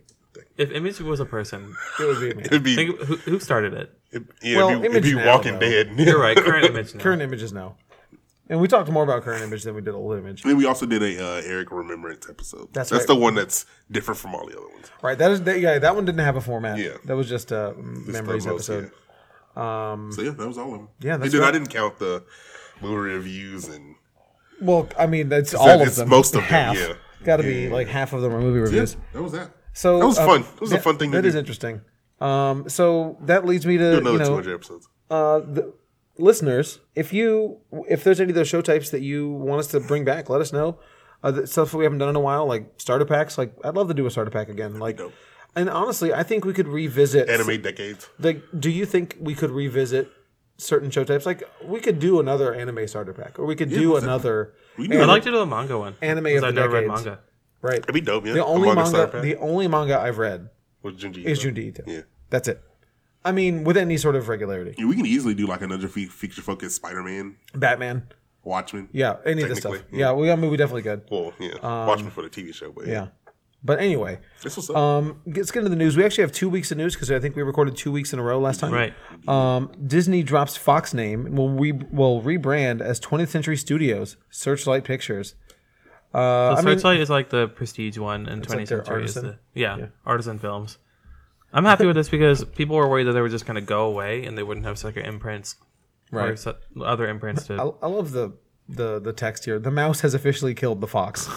C: If Image was a person,
A: It would be a man.
B: it'd be,
C: think of who, who started it.
B: it'd, yeah,
A: Well,
B: it'd be, it'd
A: Image
B: be
A: now,
B: Walking
A: though.
B: Dead.
C: You're right. Current Image. Now.
A: Current Image is now. And we talked more about current Image than we did old Image.
B: And then we also did a uh, Eric Remembrance episode.
A: That's
B: that's
A: right.
B: the one that's different from all the other ones.
A: Right. That is that, yeah. That one didn't have a format.
B: Yeah.
A: That was just a memories
B: Those,
A: episode.
B: yeah. so yeah, that was all of them.
A: Yeah, that's
B: dude,
A: right.
B: I didn't count the movie reviews and
A: Well, I mean, that's all of
B: it's
A: them.
B: most of them,
A: half.
B: yeah.
A: Got to be like half of them are movie
B: yeah,
A: reviews.
B: that was that.
A: So
B: that was
A: uh,
B: fun. It was a
A: that-
B: fun thing to
A: That
B: do.
A: is interesting. Um, so that leads me to
B: Another
A: you know
B: 200 episodes.
A: uh, the listeners, if you if there's any of those show types that you want us to bring back, let us know. Uh, the stuff we haven't done in a while, like starter packs. Like I'd love to do a starter pack again. Like,
B: dope.
A: and honestly, I think we could revisit
B: Anime decades.
A: Like, do you think we could revisit certain show types? Like, we could do another anime starter pack, or we could do another
B: We
A: Yeah.
B: knew
C: I'd
B: it.
C: like to do a manga one.
A: Anime
C: because
A: of the
C: I've never read
A: decades.
C: manga.
A: right.
B: It'd be dope. Yeah,
A: The only
B: A manga
A: manga,
B: starter pack
A: the only manga I've read
B: with Junji
A: is
B: Ito.
A: Junji Ito.
B: Yeah.
A: that's it. I mean, with any sort of regularity,
B: Yeah, we can easily do like another fe- feature focused Spider Man,
A: Batman.
B: Watchmen.
A: Yeah, any of this stuff.
B: Technically,
A: Yeah, we. I mean, we definitely could.
B: Well, yeah, Watchmen for the TV show, but yeah,
A: Yeah, but anyway,
B: this was up.
A: um, let's get into the news. We actually have two weeks of news because I think we recorded two weeks in a row last time.
C: Right.
A: Um, Disney drops Fox name and will re- will rebrand as 20th Century Studios Searchlight Pictures.
C: So
A: I mean-
C: Searchlight is like the prestige one, and 20th
A: like their
C: Century is
A: artisan.
C: the yeah, artisan films. I'm happy with this because people were worried that they were just going to go away and they wouldn't have such imprints or
A: Right.
C: su- other imprints to.
A: I, I love the the the text here. The mouse has officially killed the fox.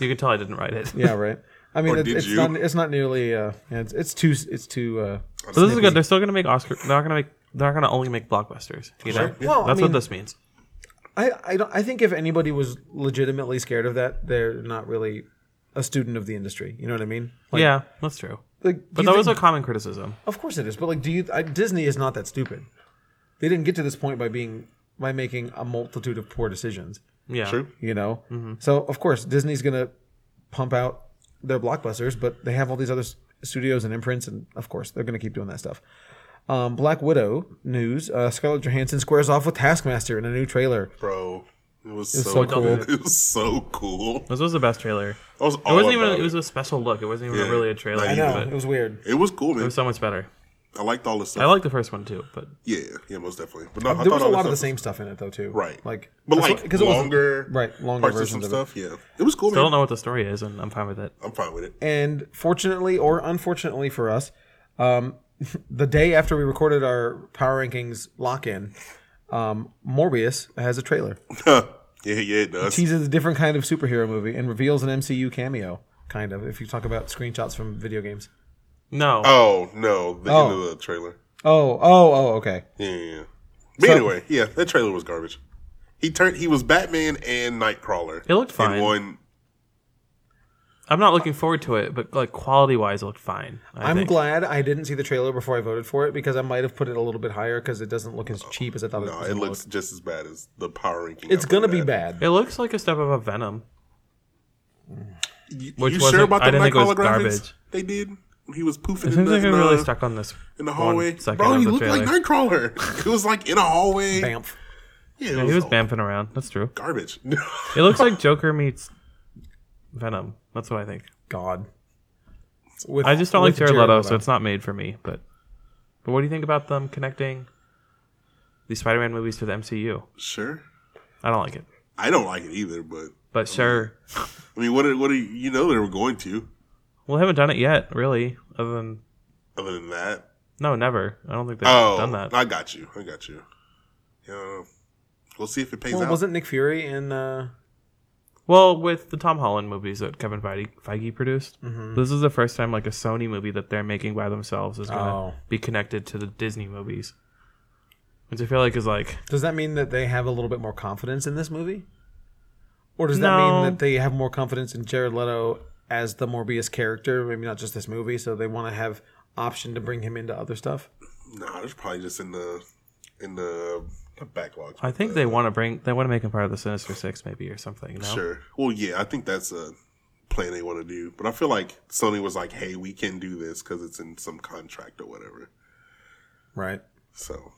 C: you can tell I didn't write it.
A: Yeah, right. I mean,
B: Or
A: it,
B: did
A: it's
B: you?
A: not it's not nearly. Uh, yeah, it's, it's too it's too. Uh,
C: So this is good. They're still going to make Oscar. They're not going to make. They're not going to only make blockbusters. You know,
A: Well, I
C: that's
A: mean-
C: what this means.
A: I I don't. I think if anybody was legitimately scared of that, they're not really a student of the industry. You know what I mean? Like,
C: yeah, that's true.
A: Like, do
C: But
A: you
C: that was a
A: think-
C: common criticism.
A: of course it is. But like, do you? I, Disney is not that stupid. They didn't get to this point by being by making a multitude of poor decisions.
C: Yeah,
B: True.
A: You know. So of course Disney's gonna pump out their blockbusters, but they have all these other s- studios and imprints, and of course they're gonna keep doing that stuff. Um, Black Widow news: uh, Scarlett Johansson squares off with Taskmaster in a new trailer.
B: bro. It was, so,
A: so
B: cool.
A: cool.
B: It was so cool.
C: This was the best trailer.
B: I was
C: It
B: all
C: wasn't even.
B: about
C: It was a special look. It wasn't even
B: Yeah.
C: really a trailer.
B: Like,
A: I know
C: but
A: it
C: it
A: was weird.
B: It was cool, man.
C: was so much better.
B: I liked all this stuff.
C: I like the first one too, but
B: yeah, yeah, most definitely. But no, I
A: There was
B: thought
A: a
B: all
A: lot of the
B: this stuff
A: same stuff in it though too.
B: Right.
A: Like,
B: was- But
A: that's
B: like
A: what- 'cause it was-
B: longer,
A: right, longer
B: parts of
A: versions
B: some
A: of it.
B: stuff. Yeah, it was cool,
C: I don't
B: man.
C: know what the story is, and I'm fine with it.
B: I'm fine with it.
A: And fortunately or unfortunately for us, um, the day after we recorded our power rankings lock in, um, Morbius has a trailer.
B: yeah, yeah, it does.
A: teases a different kind of superhero movie and reveals an MCU cameo, kind of, if you talk about screenshots from video games.
C: No,
B: Oh no, the
A: Oh.
B: end of the trailer.
A: Oh, oh, oh, okay.
B: Yeah, yeah. yeah. But anyway, yeah, that trailer was garbage. He turned. He was Batman and Nightcrawler.
C: It looked fine.
B: In one,
C: I'm not looking forward to it, but like quality wise, it looked fine. I
A: I'm
C: think.
A: glad I didn't see the trailer before I voted for it because I might have put it a little bit higher because it doesn't look as cheap as I thought it,
B: no,
A: was
B: it
A: gonna
B: looks just as bad as the Power Ranking.
A: look. It's
B: after
A: going to
B: that.
A: be bad.
C: It looks like a step above Venom.
B: You,
C: Which
B: you
C: wasn't-
B: sure about
C: I
B: the
C: didn't think it was
B: Nightcrawler graphics?
C: garbage.
B: They did. He was poofing
C: It
B: in
C: seems
B: the,
C: like
B: in
C: I'm really
B: the-
C: stuck on this
B: in the
C: one
B: hallway.
C: second
B: Bro,
C: of
B: he
C: the
B: looked like
C: trailer.
B: Nightcrawler. it was like in a hallway.
A: Bamf.
B: Yeah, it
C: He was
B: all
C: bamfing around. That's true.
B: garbage.
C: It looks like Joker meets Venom. That's what I think.
A: God. With,
C: I just don't like
A: with
C: Jared
A: Jared
C: Leto, so it's not made for me. But but what do you think about them connecting these Spider-Man movies to the MCU?
B: sure.
C: I don't like it.
B: I don't like it either, but
C: But sure,
B: I mean, what? Are, what? Are, you know, they were going to.
C: well, they haven't done it yet, really. Other than
B: Other than that,
C: no, never. I don't think they've
B: oh,
C: done that.
B: I got you. I got you. I don't know. We'll see if it pays
A: Well,
B: out.
A: wasn't Nick Fury in? Uh,
C: Well, with the Tom Holland movies that Kevin Feige, Feige produced,
B: Mm-hmm.
C: this is the first time like a Sony movie that they're making by themselves is gonna
A: Oh.
C: be connected to the Disney movies, which I feel like is like
A: does that mean that they have a little bit more confidence in this movie, or does that
C: No.
A: mean that they have more confidence in Jared Leto as the Morbius character? Maybe not just this movie, so they want to have option to bring him into other stuff.
B: Nah, it's probably just in the in the not backlog.
C: I think they want to bring they want to make him part of the Sinister Six maybe or something. No?
B: Sure. Well, yeah, I think that's a plan they want to do. But I feel like Sony was like, "Hey, we can do this because it's in some contract or whatever."
A: Right.
B: So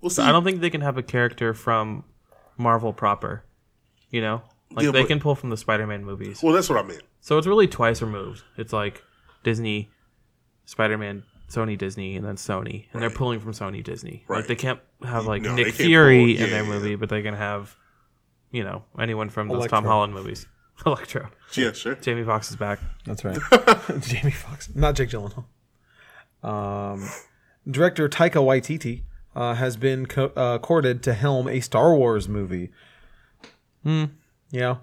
B: we'll see.
C: I don't think they can have a character from Marvel proper. You know, like
B: Yeah,
C: they
B: but-
C: can pull from the Spider-Man movies.
B: well, that's what I meant.
C: So it's really twice removed. It's like Disney, Spider Man, Sony Disney, and then Sony, and they're pulling from Sony Disney.
B: Right.
C: Like they can't have like
B: No, they
C: Nick
B: can't
C: Fury
B: pull-
C: in
B: yeah,
C: their
B: yeah,
C: movie, but they can have, you know, anyone from those Tom
A: Electro.
C: Holland movies. Electro,
B: Yeah, sure.
C: Jamie Foxx is back.
A: That's right. Jamie Foxx, not Jake Gyllenhaal. Um, director Taika Waititi uh, has been co- uh, courted to helm a Star Wars movie. Hmm. Yeah.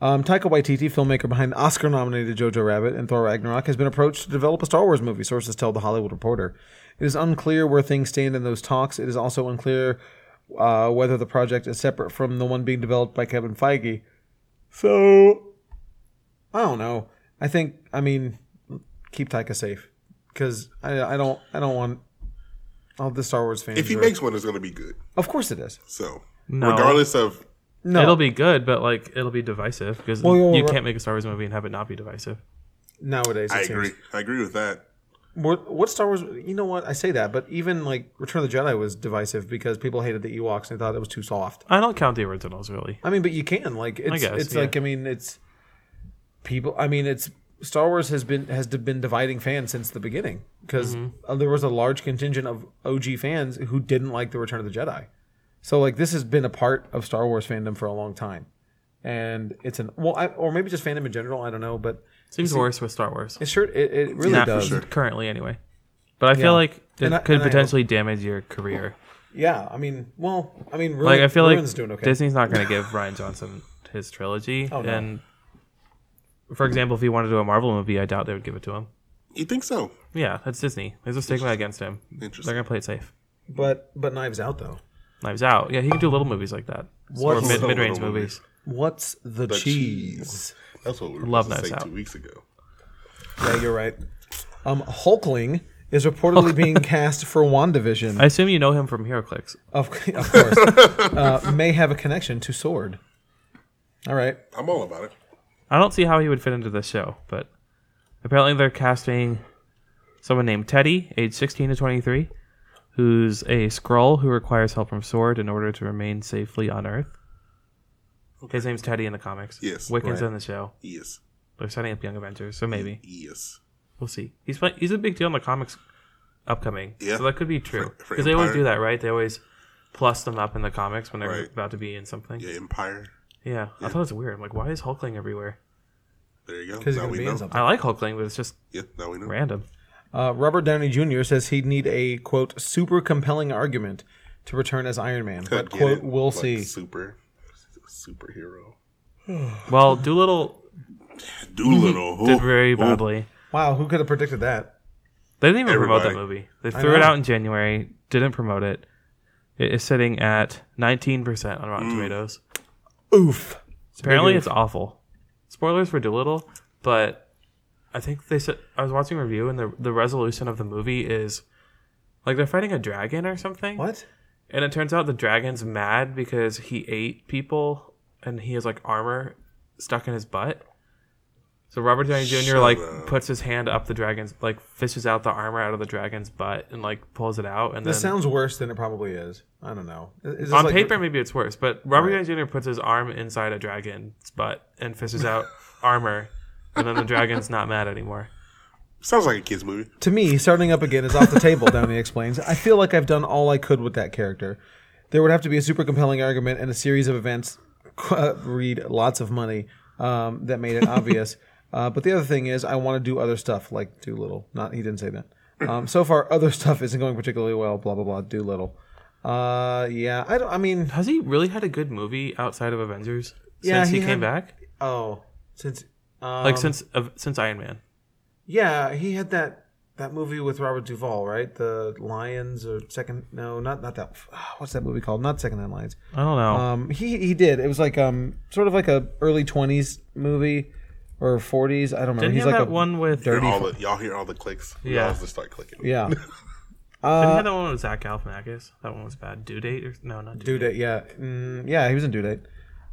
A: Um, Taika Waititi, filmmaker behind the Oscar-nominated Jojo Rabbit and Thor Ragnarok, has been approached to develop a Star Wars movie. Sources tell The Hollywood Reporter. It is unclear where things stand in those talks. It is also unclear uh, whether the project is separate from the one being developed by Kevin Feige. So I don't know. I think I mean keep Taika safe because I I don't I don't want all the Star Wars fans.
B: If he
A: are-
B: makes one, it's going to be good.
A: of course it is.
B: So
C: No.
B: regardless of
A: No,
C: It'll be good, but like it'll be divisive because
A: Well, well,
C: you
A: well,
C: can't make a Star Wars movie and have it not be divisive.
A: nowadays. It
B: I
A: seems.
B: agree. I agree with that.
A: What, what Star Wars? You know what? I say that, but even like Return of the Jedi was divisive because people hated the Ewoks and they thought it was too soft.
C: I don't count the originals really.
A: I mean, but you can like it's
C: guess,
A: it's
C: yeah.
A: like I mean it's people. I mean it's Star Wars has been has been dividing fans since the beginning because
C: Mm-hmm.
A: there was a large contingent of OG fans who didn't like the Return of the Jedi. So like this has been a part of Star Wars fandom for a long time, and it's an well I, or maybe just fandom in general. I don't know, but
C: Seems worse with Star Wars.
A: it sure it, it really
C: Not
A: does.
C: currently anyway. But I
A: Yeah.
C: feel like it
A: And I-
C: could
A: and I-
C: potentially damage your career.
A: Yeah, I mean, well, I mean,
C: like
A: Ruin,
C: I feel like
A: Ruin's doing okay. Oh,
C: Disney's not going to give Ryan Johnson his trilogy.
A: no.
C: And for example, if he wanted to do a Marvel movie, I doubt they would give it to him.
B: You think so?
C: Yeah, that's Disney. There's a stigma against him. They're
B: Interesting.
C: going to play it safe.
A: But but Knives Out though.
C: Knives Out. Yeah, he can do little movies like that.
A: What-
C: or mid-
B: Little
C: mid-range
B: movies.
C: movies.
A: What's the, cheese?
B: That's what we were
C: Love
B: supposed to
C: Knives
B: say
C: Out.
B: two weeks ago.
A: Yeah, you're right. Um, Hulkling is reportedly being cast for Wandavision.
C: I assume you know him from HeroClix.
A: of, of course, uh, may have a connection to Sword. All right.
B: I'm all about it.
C: I don't see how he would fit into this show, but apparently they're casting someone named Teddy, age 16 to 23, who's a Skrull who requires help from Sword in order to remain safely on Earth. His name's Teddy in the comics.
B: Yes,
C: Wiccan's
A: right.
C: in the show.
B: Yes,
C: They're setting up Young Avengers, so maybe
B: yes.
C: we'll see. He's play- he's a big deal in the comics upcoming,
B: Yeah.
C: so that could be true
B: For- for
C: because they always
B: Empire.
C: do that, right? They always plus them up in the comics when they're
B: Right.
C: about to be in something. Yeah.
B: Yeah, Empire.
C: I thought it was weird. I'm like, why is Hulkling everywhere?
B: There you go.
A: Because he's
B: Now
A: gonna
B: we
A: be in
B: know.
A: something.
C: I like Hulkling, but it's just
B: Yeah, now we know.
C: random.
A: Uh, Robert Downey Jr. says he'd need a quote super compelling argument to return as Iron Man. But
B: Could get
A: quote
B: it,
A: we'll
B: like,
A: see.
B: Super superhero.
C: Well, Doolittle
B: Doolittle
C: did
B: Oh,
C: very
B: oh.
C: badly.
A: Wow, who could have predicted that?
C: They didn't even promote that
B: Everybody.
C: movie. They threw it
A: know.
C: out in January. Didn't promote it. It is sitting at 19% on Rotten Tomatoes.
A: Oof.
C: Apparently, it's awful. Spoilers for Doolittle, but I think they said I was watching a review and the the resolution of the movie is like they're fighting a dragon or something.
A: What?
C: And it turns out the dragon's mad because he ate people and he has like armor stuck in his butt. So Robert Downey Jr.
B: Shut
C: like
B: up.
C: puts his hand up the dragon's like fishes out the armor out of the dragon's butt and like pulls it out and
A: This
C: then
A: sounds worse than it probably is. I don't know. Is this
C: on
A: like-
C: paper maybe it's worse, but Robert Downey Jr. puts his arm inside a dragon's butt and fishes out armor and then the dragon's not mad anymore.
B: Sounds like a kids movie.
A: To me, starting up again is off the table, Downey explains. I feel like I've done all I could with that character. There would have to be a super compelling argument and a series of events, uh, read lots of money, um, that made it obvious. Uh, but the other thing is, I want to do other stuff like Doolittle. Not he didn't say that. Um, so far, other stuff isn't going particularly well. Blah blah blah. Doolittle. Uh, yeah. I don't. I mean,
C: Has he really had a good movie outside of Avengers
A: Yeah,
C: since
A: he
C: he, came
A: had-
C: back?
A: oh, since um,
C: Like since of since Iron Man.
A: yeah, he had that that movie with Robert Duvall, right? The Lions or Second? No, not not that. ah, What's that movie called? Not Second Hand Lions.
C: I don't know.
A: Um, he he did. It was like um sort of like a early twenties movie or forties. I don't remember.
C: Didn't he
A: He's
C: have
A: like
C: that
A: a,
C: one with?
B: Hear
A: Dirty
B: all the, y'all hear all the clicks. We
C: Yeah.
B: all just start clicking.
A: Yeah.
C: Didn't he have that one with Zach Galifianakis? That one was bad. Due date or no, not
A: Due
C: due.
A: date. Yeah. Mm, yeah. He was in Due date.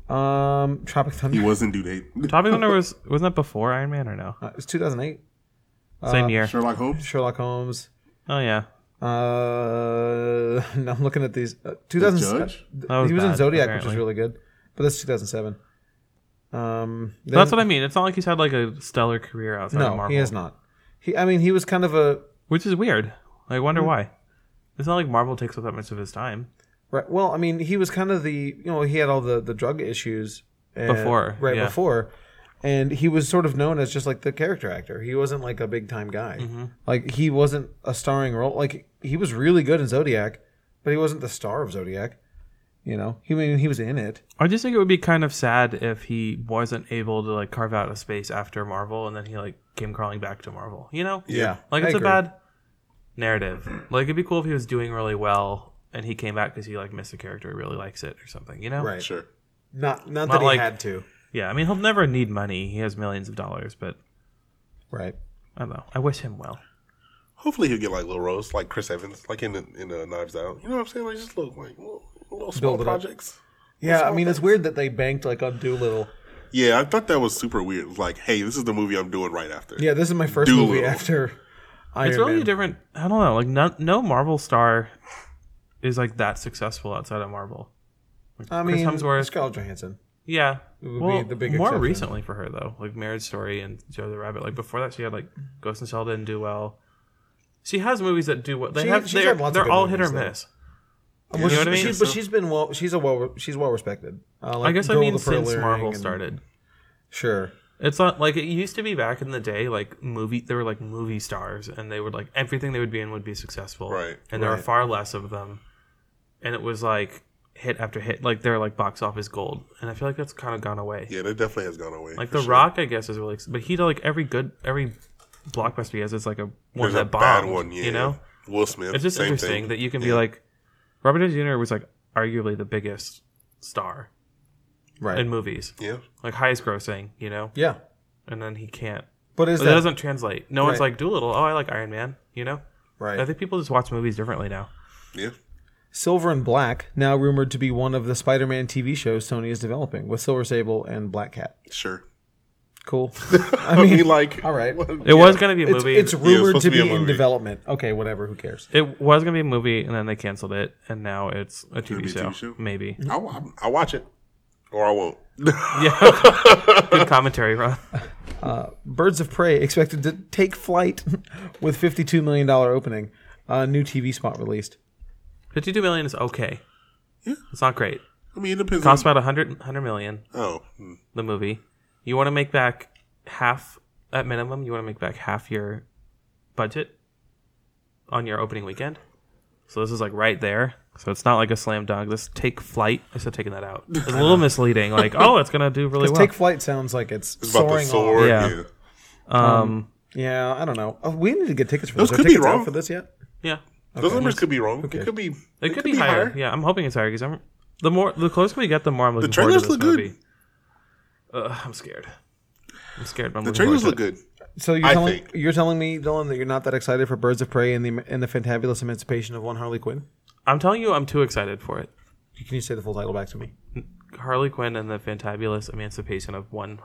A: Um, Tropic Thunder.
B: He wasn't due date.
C: Topic Thunder was wasn't that before Iron Man or no?
A: Uh, it was 2008. Uh,
C: Same year.
B: Sherlock Holmes.
A: Sherlock Holmes.
C: Oh yeah.
A: Uh, now I'm looking at these. Uh, 2000.
B: Judge?
C: That was
A: uh, he was in
C: bad,
A: Zodiac, which
C: apparently.
A: is really good, but that's 2007. Um,
C: But that's what I mean. It's not like he's had like a stellar career outside of
A: no,
C: Marvel.
A: he has not. He, I mean, he was kind of a
C: Which is weird. I
A: Hmm.
C: wonder why. It's not like Marvel takes up that much of his time.
A: Right. Well, I mean, he was kind of the you know he had all the the drug issues and-
C: Before,
A: right
C: yeah.
A: before, and he was sort of known as just like the character actor. He wasn't like a big time guy.
C: Mm-hmm.
A: Like he wasn't a starring role. Like he was really good in Zodiac, but he wasn't the star of Zodiac. You know, he I mean he was in it.
C: I just think it would be kind of sad if he wasn't able to like carve out a space after Marvel and then he like came crawling back to Marvel. You know?
A: Yeah,
C: Like
A: I
C: it's a
A: agree.
C: bad narrative. Like it'd be cool if he was doing really well and he came back because he like missed a character he really likes it or something. You know?
A: Right.
B: Sure.
A: Not not,
C: Not
A: that he
C: like-
A: had to.
C: Yeah. I mean, he'll never need money. He has millions of dollars, but
A: Right.
C: I don't know. I wish him well.
B: Hopefully he'll get like little roles, like Chris Evans, like in the, in the Knives Out. You know what I'm saying? Like just little like little, little small
A: Build it up.
B: projects.
A: Yeah. I mean, it's weird that they banked like on Doolittle.
B: Yeah, I thought that was super weird. It was Like, hey, this is the movie I'm doing right after.
A: Yeah. This is my first movie
B: Doolittle.
A: after. Iron
C: It's really
A: Man.
C: a different. I don't know. Like no, no Marvel star is like that successful outside of Marvel.
A: I
C: Chris
A: mean,
C: Hemsworth.
A: Scarlett Johansson.
C: Yeah.
A: would
C: well,
A: be the big
C: more
A: exception.
C: recently for her though, like Marriage Story and Joe the Rabbit. Like before that, she had like Ghost in the Shell didn't do well. She has movies that do well. They
A: She-
C: have.
A: she's
C: They're,
A: had lots of
C: they're
A: good
C: all hit or
A: movies, though.
C: miss.
A: Well,
C: You know what I
A: she-
C: mean?
A: she- but she's been well. She's a well. She's well respected. Uh, like
C: I guess I
A: Girl
C: mean
A: with the Pearl
C: since
A: Earring
C: Marvel
A: and-
C: started.
A: Sure.
C: It's not like it used to be back in the day. Like movie, there were like movie stars, and they would like everything they would be in would be successful.
B: Right,
C: And there are
A: right.
C: far less of them, and it was like hit after hit. Like they're like box office gold, and I feel like that's kind of gone away.
B: Yeah, that definitely has gone away.
C: like
B: for
C: The
B: sure.
C: Rock, I guess, is really, ex- but he did like every good every blockbuster he has is like a one
B: There's
C: that
B: a bad
C: bombed.
B: one. Yeah,
C: you know,
B: Will Smith.
C: it's just
B: same
C: interesting
B: thing.
C: that you can be
B: Yeah.
C: like Robert Downey Jr. was like arguably the biggest star
A: Right.
C: in movies,
B: yeah,
C: like highest grossing. You know,
A: yeah.
C: and then he can't
A: But is
C: but
A: that
C: that doesn't translate. No one's
A: Right.
C: like Doolittle. Oh, I like Iron Man. You know,
A: right?
C: I think people just watch movies differently now.
B: yeah.
A: Silver and Black now rumored to be one of the Spider-Man TV shows Sony is developing with Silver Sable and Black Cat.
B: Sure.
A: Cool.
B: I mean, like,
A: all right.
B: what-
C: It was gonna be a
A: It's,
C: movie.
A: it's rumored
B: supposed
A: to
B: to be
A: be,
B: a
A: in
B: movie.
A: development. Okay, whatever. Who cares?
C: it was gonna be a movie, and then they canceled it, and now it's a TV,
B: be a
C: show.
B: TV show?
C: Maybe.
B: I, I, I watch it, or I won't.
C: Yeah. Good commentary, Ron.
A: Birds of Prey expected to take flight with fifty-two million dollar opening. Uh, new TV spot released.
C: Oh, Fifty-two million is okay.
B: Yeah.
C: It's not great.
B: I mean, it depends.
C: Costs
B: on,
C: about 100, 100 million.
B: oh, hmm.
C: The movie. You want to make back half at minimum. You want to make back half your budget on your opening weekend. So this is like right there. So it's not like a slam dunk. This take flight. I said taking that out. It's a little misleading. Like oh, it's gonna do really
A: Let's
C: well.
A: Take Flight sounds like it's,
B: it's about the
A: soaring
B: sword.
A: off.
C: Yeah.
B: Yeah.
C: um,
A: Yeah, I don't know. Oh, we need to get tickets for
B: Those
A: this. Are
B: could be
A: tickets out
B: wrong.
A: for this yet.
C: yeah,
B: Those numbers could be wrong. It could be. It,
C: it, could, be, higher. Yeah, I'm hoping it's higher because I'm the more the closer we get, the more I'm looking forward to
B: trailers
C: this
B: look good.
C: movie. Uh, I'm scared. I'm scared. but I'm
B: The
C: looking
B: trailers
C: forward
B: look
C: to it.
B: good.
A: So you're
B: I
A: telling
B: think.
A: you're telling me, Dylan, that you're not that excited for Birds of Prey and the and the fantabulous emancipation of one Harley Quinn?
C: I'm telling you, I'm too excited for it.
A: Can you say the full title back to me?
C: Harley Quinn and the Fantabulous Emancipation of One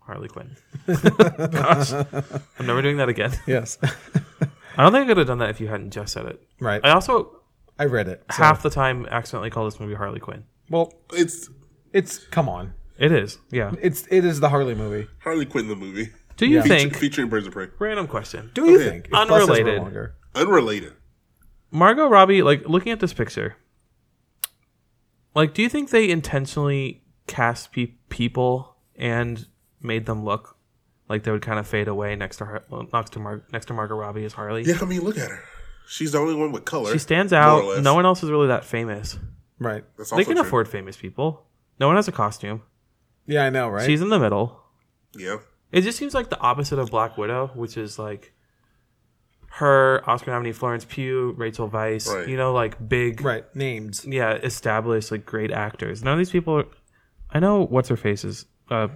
C: Harley Quinn. Gosh, I'm never doing that again.
A: Yes.
C: I don't think I could have done that if you hadn't just said it.
A: right.
C: I also
A: I read it. so-
C: half the time accidentally call this movie Harley Quinn.
A: Well,
B: It's
A: it's come on.
C: It is, yeah.
A: It's it is the Harley movie.
B: Harley Quinn the movie
C: Do you
A: Yeah.
C: think?
B: featuring Birds of Prey,
C: Random question.
A: Do you
B: Okay.
A: think? If buses were
C: Unrelated.
A: longer-
B: unrelated.
C: Margot Robbie, like looking at this picture, like, do you think they intentionally cast pe- people and made them look like they would kind of fade away next to her, well, next to Mar- next to Margot Robbie as Harley?
B: Yeah, I mean, look at her. She's the only one with color.
C: She stands
B: more or
C: out.
B: less.
C: No one else is really that famous.
A: Right.
B: That's
C: they
B: also
C: can
B: true.
C: afford famous people. No one has a costume.
A: Yeah, I know, right?
C: She's in the middle.
B: Yeah.
C: It just seems like the opposite of Black Widow, which is like her Oscar nominee Florence Pugh, Rachel Weisz.
B: Right.
C: You know, like big,
A: right. Named.
C: yeah, established like great actors. None of these people. Are, I know what's her face is. Uh,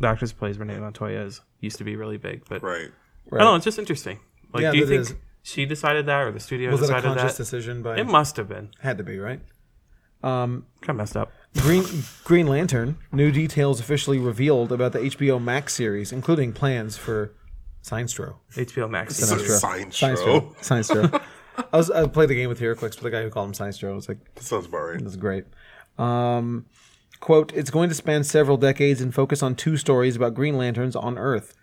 C: the actress who plays Renee Montoya is used to be really big, but
B: Right.
C: I don't know. It's just interesting. Like,
A: Yeah,
C: do you
A: that
C: think
A: is.
C: she decided that, or the studio
A: Was it a
C: decided
A: conscious
C: that?
A: decision by
C: It must have been.
A: had to be, right?
C: Kind of messed up.
A: Green Green Lantern. New details officially revealed about the HBO Max series, including plans for Sinestro.
C: HBO Max.
B: It's a
A: Sinestro.
B: sign show.
A: Sinestro. Sinestro. I was I played the game with HeroClix, but the guy who called him Sinestro was like,
B: That sounds about right.
A: That's great. Um, quote, it's going to span several decades and focus on two stories about Green Lanterns on Earth,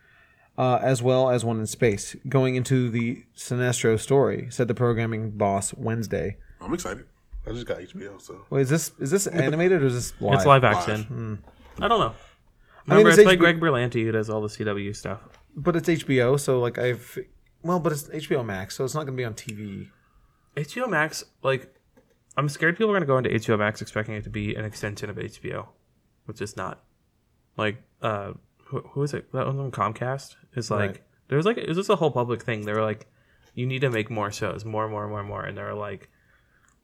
A: uh, as well as one in space, going into the Sinestro story, said the programming boss Wednesday.
C: Mm-hmm.
B: I'm excited. I just got HBO, so
A: Wait, is this is this animated or is this live?
C: It's live action. I don't know.
A: mean,
C: Remember,
A: it's
C: it's, like
A: HB
C: Greg Berlanti who does all the CW stuff.
A: But it's HBO, so like I've well, but it's HBO Max, so it's not going to be on TV.
C: HBO Max, like, I'm scared people are going to go into HBO Max expecting it to be an extension of HBO, which is not. Like, uh, who, who is it? That one on Comcast is like,
A: Right.
C: there was like, it was just a whole public thing. They were like, you need to make more shows, more, more, more, more. And they were like,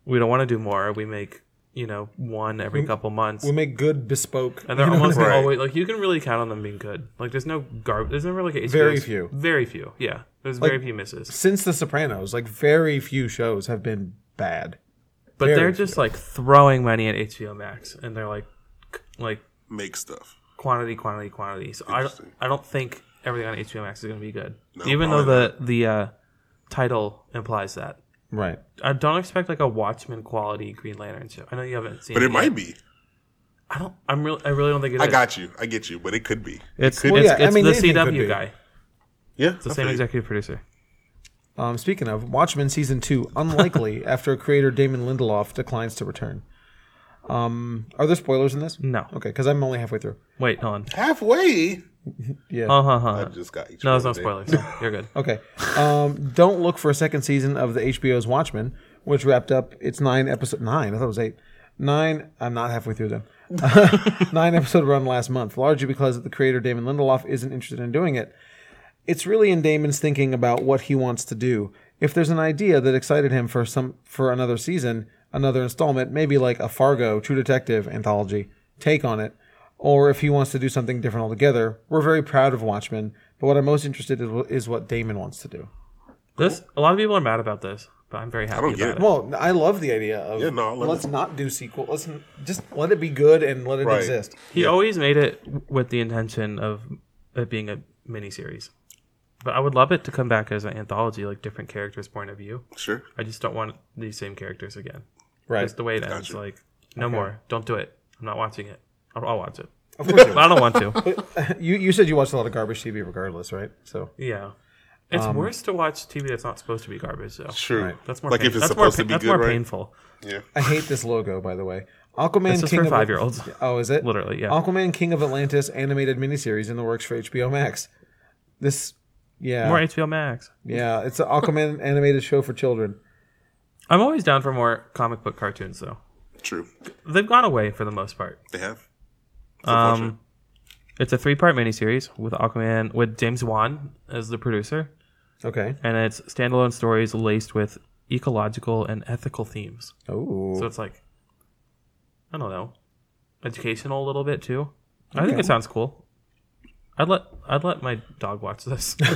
C: we don't want to do more. We make, you know, one every couple months.
A: We make good bespoke.
C: and they're almost
B: Right.
C: always like you can really count on them being good. Like there's no garb. There's never like a
A: Very few.
C: very few. Yeah, there's very few misses.
A: Since The Sopranos, like very few shows have been bad.
C: But
A: very
C: they're just like throwing money at HBO Max, and they're like, c- like
B: make stuff.
C: quantity, quantity, quantity. So I don't,
B: Interesting.
C: I don't think everything on HBO Max is going to be good,
B: No,
C: even though
B: probably
C: the the uh, title implies that.
A: Right.
C: I don't expect like a Watchmen quality Green Lantern show. I know you haven't seen,
B: But
C: it,
B: it
C: yet.
B: might be.
C: I don't. I'm really. I really don't think it is.
B: I got you. I get you. But it could be.
C: It's
A: Well,
C: it's,
A: yeah, I
C: it's
A: mean,
C: the
A: anything could
C: CW
A: be.
C: guy,
B: Yeah.
C: the same executive producer.
A: Um, speaking of Watchmen season two, unlikely after creator Damon Lindelof declines to return. Um, are there spoilers in this?
C: No,
A: Okay, because I'm only halfway through.
C: wait, hold on.
B: Halfway.
A: Yeah.
C: Uh huh. huh.
B: I just got HBO.
C: No, there's no
B: today.
C: spoilers. No, You're good.
A: Okay. Um, don't look for a second season of the HBO's Watchmen, which wrapped up its nine episode nine. I thought it was eight. Nine. I'm not halfway through them. nine episode run last month, largely because the creator Damon Lindelof isn't interested in doing it. It's really in Damon's thinking about what he wants to do. If there's an idea that excited him for some for another season, another installment, maybe like a Fargo, True Detective anthology, take on it, or if he wants to do something different altogether, we're very proud of Watchmen. But what I'm most interested in is what Damon wants to do.
C: This a lot of people are mad about this, but I'm very happy
B: don't
C: about
B: get
C: it.
B: it.
A: Well, I love the idea of
B: Yeah, no, I love
A: let's
B: it.
A: not do sequel. Let's n- just let it be good and let it
B: Right.
A: exist.
C: He always made it w- with the intention of it being a miniseries. But I would love it to come back as an anthology, like different characters' point of view.
B: Sure.
C: I just don't want these same characters again.
A: Right.
C: That's the way it ends.
B: Gotcha.
C: Like, no more. Don't do it. I'm not watching it. I'll, I'll watch it.
A: Of course you
C: I don't want to.
A: You you said you watched a lot of garbage TV regardless, right? So
C: yeah, it's
A: Um,
C: worse to watch TV that's not supposed to be garbage, though.
B: True.
A: Right.
C: That's more
B: like
C: pain-
B: if it's
C: that's more
B: supposed
C: pain-
B: to be
C: that's
B: good,
C: more
B: right?
C: painful.
B: Yeah.
A: I hate this logo, by the way. Aquaman
C: This is
A: King
C: for
A: of
C: five year olds.
A: Oh, is it?
C: Literally, yeah.
A: Aquaman King of Atlantis animated miniseries in the works for HBO Max. This, yeah,
C: More HBO Max.
A: yeah, it's an Aquaman animated show for children.
C: I'm always down for more comic book cartoons, though.
B: True.
C: They've gone away for the most part.
B: They have. It's
C: Um,
B: unfortunate.
C: it's a three-part miniseries with Aquaman with James Wan as the producer,
A: Okay.
C: and it's standalone stories laced with ecological and ethical themes.
A: Oh,
C: So it's like, I don't know, educational a little bit too. I think it sounds cool. I'd let I'd let my dog watch this.
A: Colin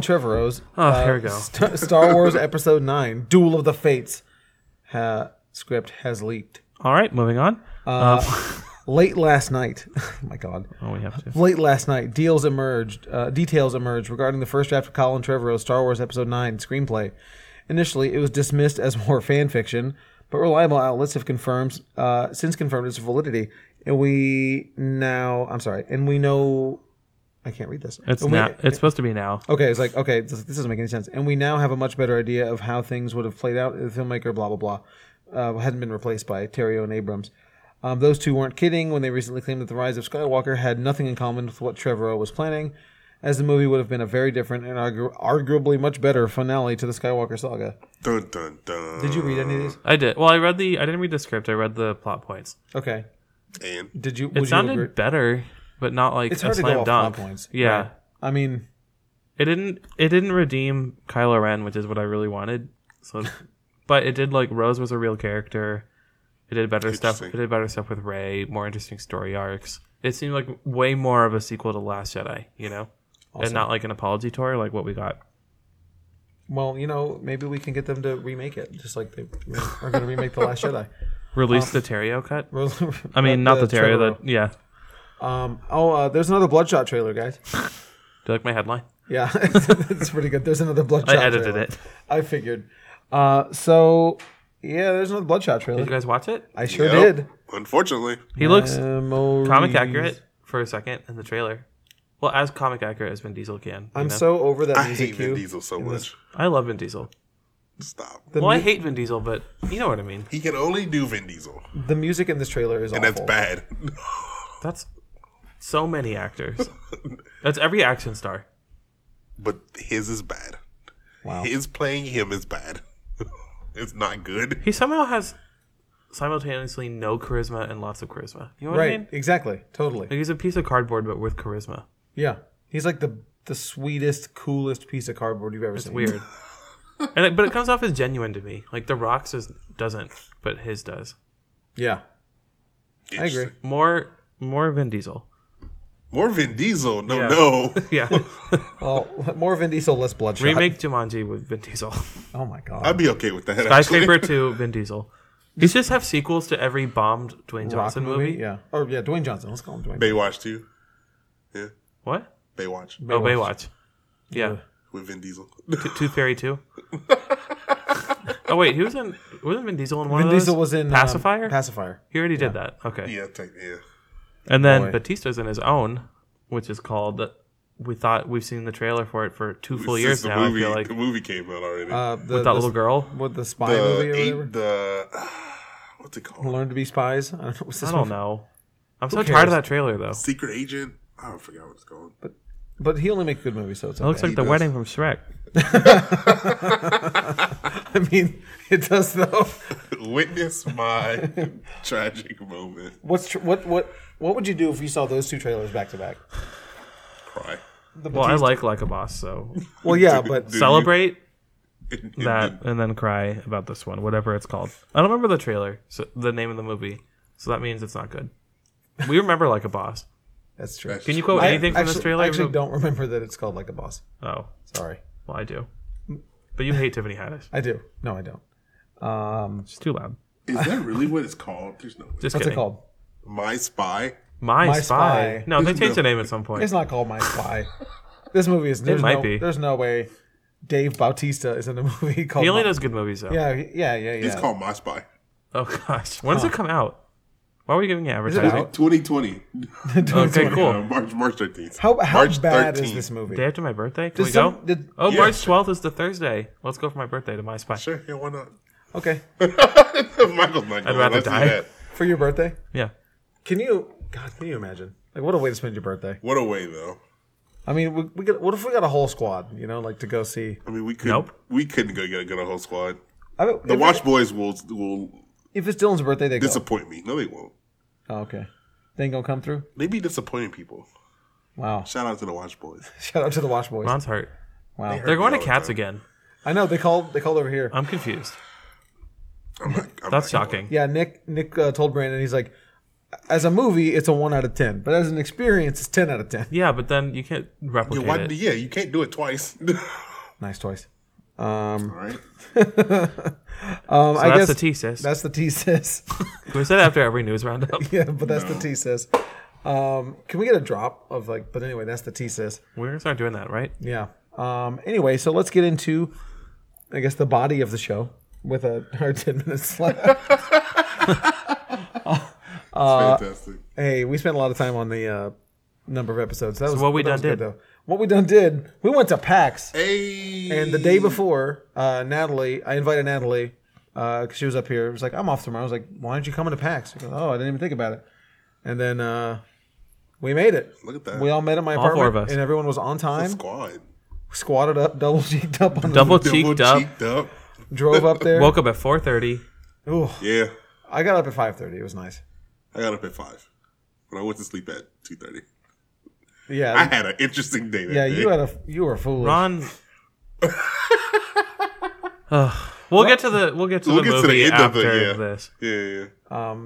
A: Trevorrow's uh,
C: Oh, here we go.
A: St- Star Wars Episode Nine: Duel of the Fates ha- script has leaked
C: All right, moving on.
A: late last night. oh my God.
C: Oh, we have to.
A: Late last night, deals emerged. Uh, details emerged regarding the first draft of Colin Trevorrow's Star Wars Episode Nine screenplay. Initially, it was dismissed as more fan fiction, but reliable outlets have confirmed uh, since confirmed its validity. And we now, I'm sorry, and we know. I can't read this.
C: It's
A: And we-
C: now. It's supposed to be now.
A: Okay, it's like okay, this, this doesn't make any sense, and we now have a much better idea of how things would have played out. The filmmaker, blah blah blah, uh, hadn't been replaced by Terrio and Abrams. Um, those two weren't kidding when they recently claimed that the rise of Skywalker had nothing in common with what Trevorrow was planning. as the movie would have been a very different and argu- arguably much better finale to the Skywalker saga.
B: Dun dun dun.
A: Did you read any of these?
C: I did. Well, I read the. I didn't read the script. I read the plot points.
A: Okay.
B: And
A: Did you?
C: It
A: would
C: sounded
A: you agree?
C: better, but not like
A: It's
C: a
A: hard to
C: slam
A: go off plot
C: dunk.
A: points.
C: Yeah,
A: Right. I mean,
C: it didn't. It didn't redeem Kylo Ren, which is what I really wanted. So, but it did. Like Rose was a real character. It did better stuff. It
B: Interesting.
C: did better stuff with Ray. More interesting story arcs. It seemed like way more of a sequel to Last Jedi. You know, and not like an apology tour like what we got.
A: well, you know, maybe we can get them to remake it, just like they are going to remake the Last Jedi.
C: Release
A: Um,
C: the Terrio cut. I
A: I
C: mean, not the, Terrio. The, yeah.
A: Um, oh, uh, there's another Bloodshot trailer, guys.
C: Do you like my headline?
A: Yeah, it's pretty good. There's another Bloodshot.
C: I edited
A: trailer.
C: it.
A: I figured. Uh, so yeah, there's another Bloodshot
C: Did
A: trailer.
C: you guys watch it?
A: I sure
B: Yep.
A: did.
B: Unfortunately,
C: He looks
A: Memories.
C: comic accurate for a second in the trailer. Well, as comic accurate as Vin Diesel can. you
A: I'm
C: know?
A: so over that
B: I
A: music
B: hate Vin
A: cue.
B: Diesel so much.
C: I love Vin Diesel.
B: Stop.
A: The,
C: Well, I
A: mu-
C: hate Vin Diesel, but you know what I mean.
B: He can only do Vin Diesel,
A: the music in this trailer is
B: and
A: awful.
B: that's bad.
C: That's so many actors. That's every action star.
B: but his is bad.
A: Wow.
B: His playing him is bad. it's not good.
C: He somehow has simultaneously no charisma and lots of charisma. You know what I
A: Right.
C: mean?
A: Exactly. Totally.
C: Like he's a piece of cardboard, but with charisma.
A: Yeah. He's like the the sweetest, coolest piece of cardboard you've ever
C: It's
A: seen.
C: weird. and it, but it comes off as genuine to me. Like The Rock's is, doesn't, but his does.
A: Yeah. I agree.
C: More, more Vin Diesel.
B: More Vin Diesel. No,
C: Yeah.
B: no.
C: Yeah.
A: Well, Oh, more Vin Diesel, less bloodshot.
C: Remake Jumanji with Vin Diesel.
A: Oh my god.
B: I'd be okay with that. actually.
C: Skyscraper 2, Vin Diesel. These just have sequels to every bombed Dwayne
A: Rock
C: Johnson movie.
A: Yeah. Or yeah, Dwayne Johnson. Let's call him Dwayne.
B: Baywatch too. Yeah,
C: What?
B: Baywatch
C: Oh, Baywatch. Yeah.
B: with Vin Diesel.
C: T- Tooth Fairy 2. oh, wait. He was in. Wasn't Vin Diesel in one
A: Vin
C: of those?
A: Diesel was in um,
C: Pacifier?
A: Pacifier.
C: he already did that. Okay.
B: yeah, take, yeah.
C: And then
A: Boy.
C: Batista's in his own, which is called. We thought we've seen the trailer for it for two full
B: Since
C: years
B: the
C: now. I
B: Movie,
C: feel like
B: the movie came out already.
A: Uh, the,
C: with that little girl.
A: What the spy
B: the
A: movie or
B: eight,
A: whatever?
B: the what's it called?
A: Learn to be spies. I don't know. What's this
C: I don't
A: movie?
C: know. I'm so tired
A: cares?
C: of that trailer though. It
B: Secret Agent. I don't forget what it's called.
A: But he only makes good movies, so it's okay.
C: looks like the
B: does.
C: wedding from Shrek.
A: I mean, it does though.
B: Witness my tragic moment.
A: What's tr- what what what would you do if you saw those two trailers back to back?
B: Cry.
A: The
C: Well, I
A: Batista-
C: like Like a Boss, so
A: well, yeah, but
B: Dude,
C: celebrate.
B: you-
C: that and then cry about this one, whatever it's called. I don't remember the trailer, so the name of the movie. So that means it's not good. We remember like a boss.
A: that's true.
C: Can you quote
A: I
C: anything from
A: actually,
C: this trailer?
A: I actually don't remember that it's called Like a Boss.
C: Oh,
A: Sorry,
C: well, I do. But you hate Tiffany Haddish.
A: I do. No, I don't.
C: It's too loud.
B: Is that really what it's called? There's no.
C: Just
A: What's
C: kidding.
A: it called?
B: My spy.
C: My,
A: My
C: spy.
A: Spy.
C: No, they changed the name at some point.
A: It's not called My Spy. this movie is. There's
C: might
A: no,
C: be.
A: There's no way Dave Bautista is in a movie called.
C: He only
A: My-
C: does good movies though.
A: yeah, yeah, yeah, yeah.
B: It's called My Spy.
C: Oh gosh, when does it come out? Why are we giving it advertising?
A: out?
B: 2020.
C: Okay,
B: Uh,
C: cool.
B: March March 13th.
A: How how
B: March
A: bad is this movie?
C: Day after my birthday. Can
A: Does
C: we go?
A: some- did-
C: oh,
B: Yeah,
C: March
B: sure.
C: 12th is the Thursday. Let's go for my birthday to my spy.
B: Sure. Yeah. Why not?
A: Okay,
B: Michael's not going.
C: rather
B: Let's do
C: die.
B: that.
A: for your birthday,
C: Yeah.
A: can you? God, can you imagine? Like, what a way to spend your birthday.
B: What a way, though.
A: I mean, we, we got, what if we got a whole squad? You know, like to go see.
B: I mean, we could.
C: Nope.
B: We couldn't go get, get a whole squad.
A: I mean,
B: The
A: if,
B: Watch Boys will will
A: If it's Dylan's birthday, they go.
B: disappoint me. No, they won't.
A: Oh, okay. They ain't gonna come through.
B: They be disappointing people.
A: Wow.
B: Shout out to the Watch Boys.
A: Shout out to the Watch Boys.
C: Ron's hurt.
A: Wow.
C: They're going to
B: all the
C: Cats again.
A: I know they called. They called over here.
C: I'm confused.
B: I'm not, I'm not
C: That's shocking.
A: Yeah, Nick. Nick uh, told Brandon. He's like, as a movie, it's a one out of ten, but as an experience, it's ten out of ten.
C: Yeah, but then you can't replicate
B: going. Why,
C: it.
B: yeah, you can't do it twice. All
A: Nice choice.
B: right.
A: Um,
C: So
A: I
C: that's
A: guess
C: the thesis.
A: that's the thesis.
C: we said after every news roundup.
A: yeah, but that's the thesis. Um, can we get a drop of like? But anyway, that's the thesis.
C: We're gonna start doing that, right?
A: Yeah. Um, anyway, so let's get into, I guess, the body of the show with a, our 10 minutes left. Uh,
B: Fantastic.
A: hey, we spent a lot of time on the uh, number of episodes. That was
C: What We
A: that was
C: Done
A: good,
C: Did.
A: though. What we done did, we went to PAX.
B: Hey.
A: And the day before, uh, Natalie, I invited Natalie because she was up here. It was like, I'm off tomorrow. I was like, why aren't you coming to PAX? She goes, oh, I didn't even think about it. And then uh, We made it.
B: Look at that.
A: We all met at my
C: All four
A: apartment,
C: of us.
A: and everyone was on time.
B: Squad.
A: squatted up, double cheeked up on
C: Double
A: the
C: cheeked up.
B: cheeked up.
A: drove up there.
C: Woke up at 4:30.
A: Ooh,
B: Yeah.
A: I got up at five thirty. It was nice.
B: I got up at five, but I went to sleep at two thirty. I
A: Yeah,
B: had an interesting day. That
A: yeah.
B: day.
A: You had a you were foolish.
C: Ron. Ugh. we'll get to the we'll get to
B: We'll
C: the
B: get to the
C: movie
B: end of
C: after
B: it, yeah.
C: this.
B: Yeah, yeah, yeah.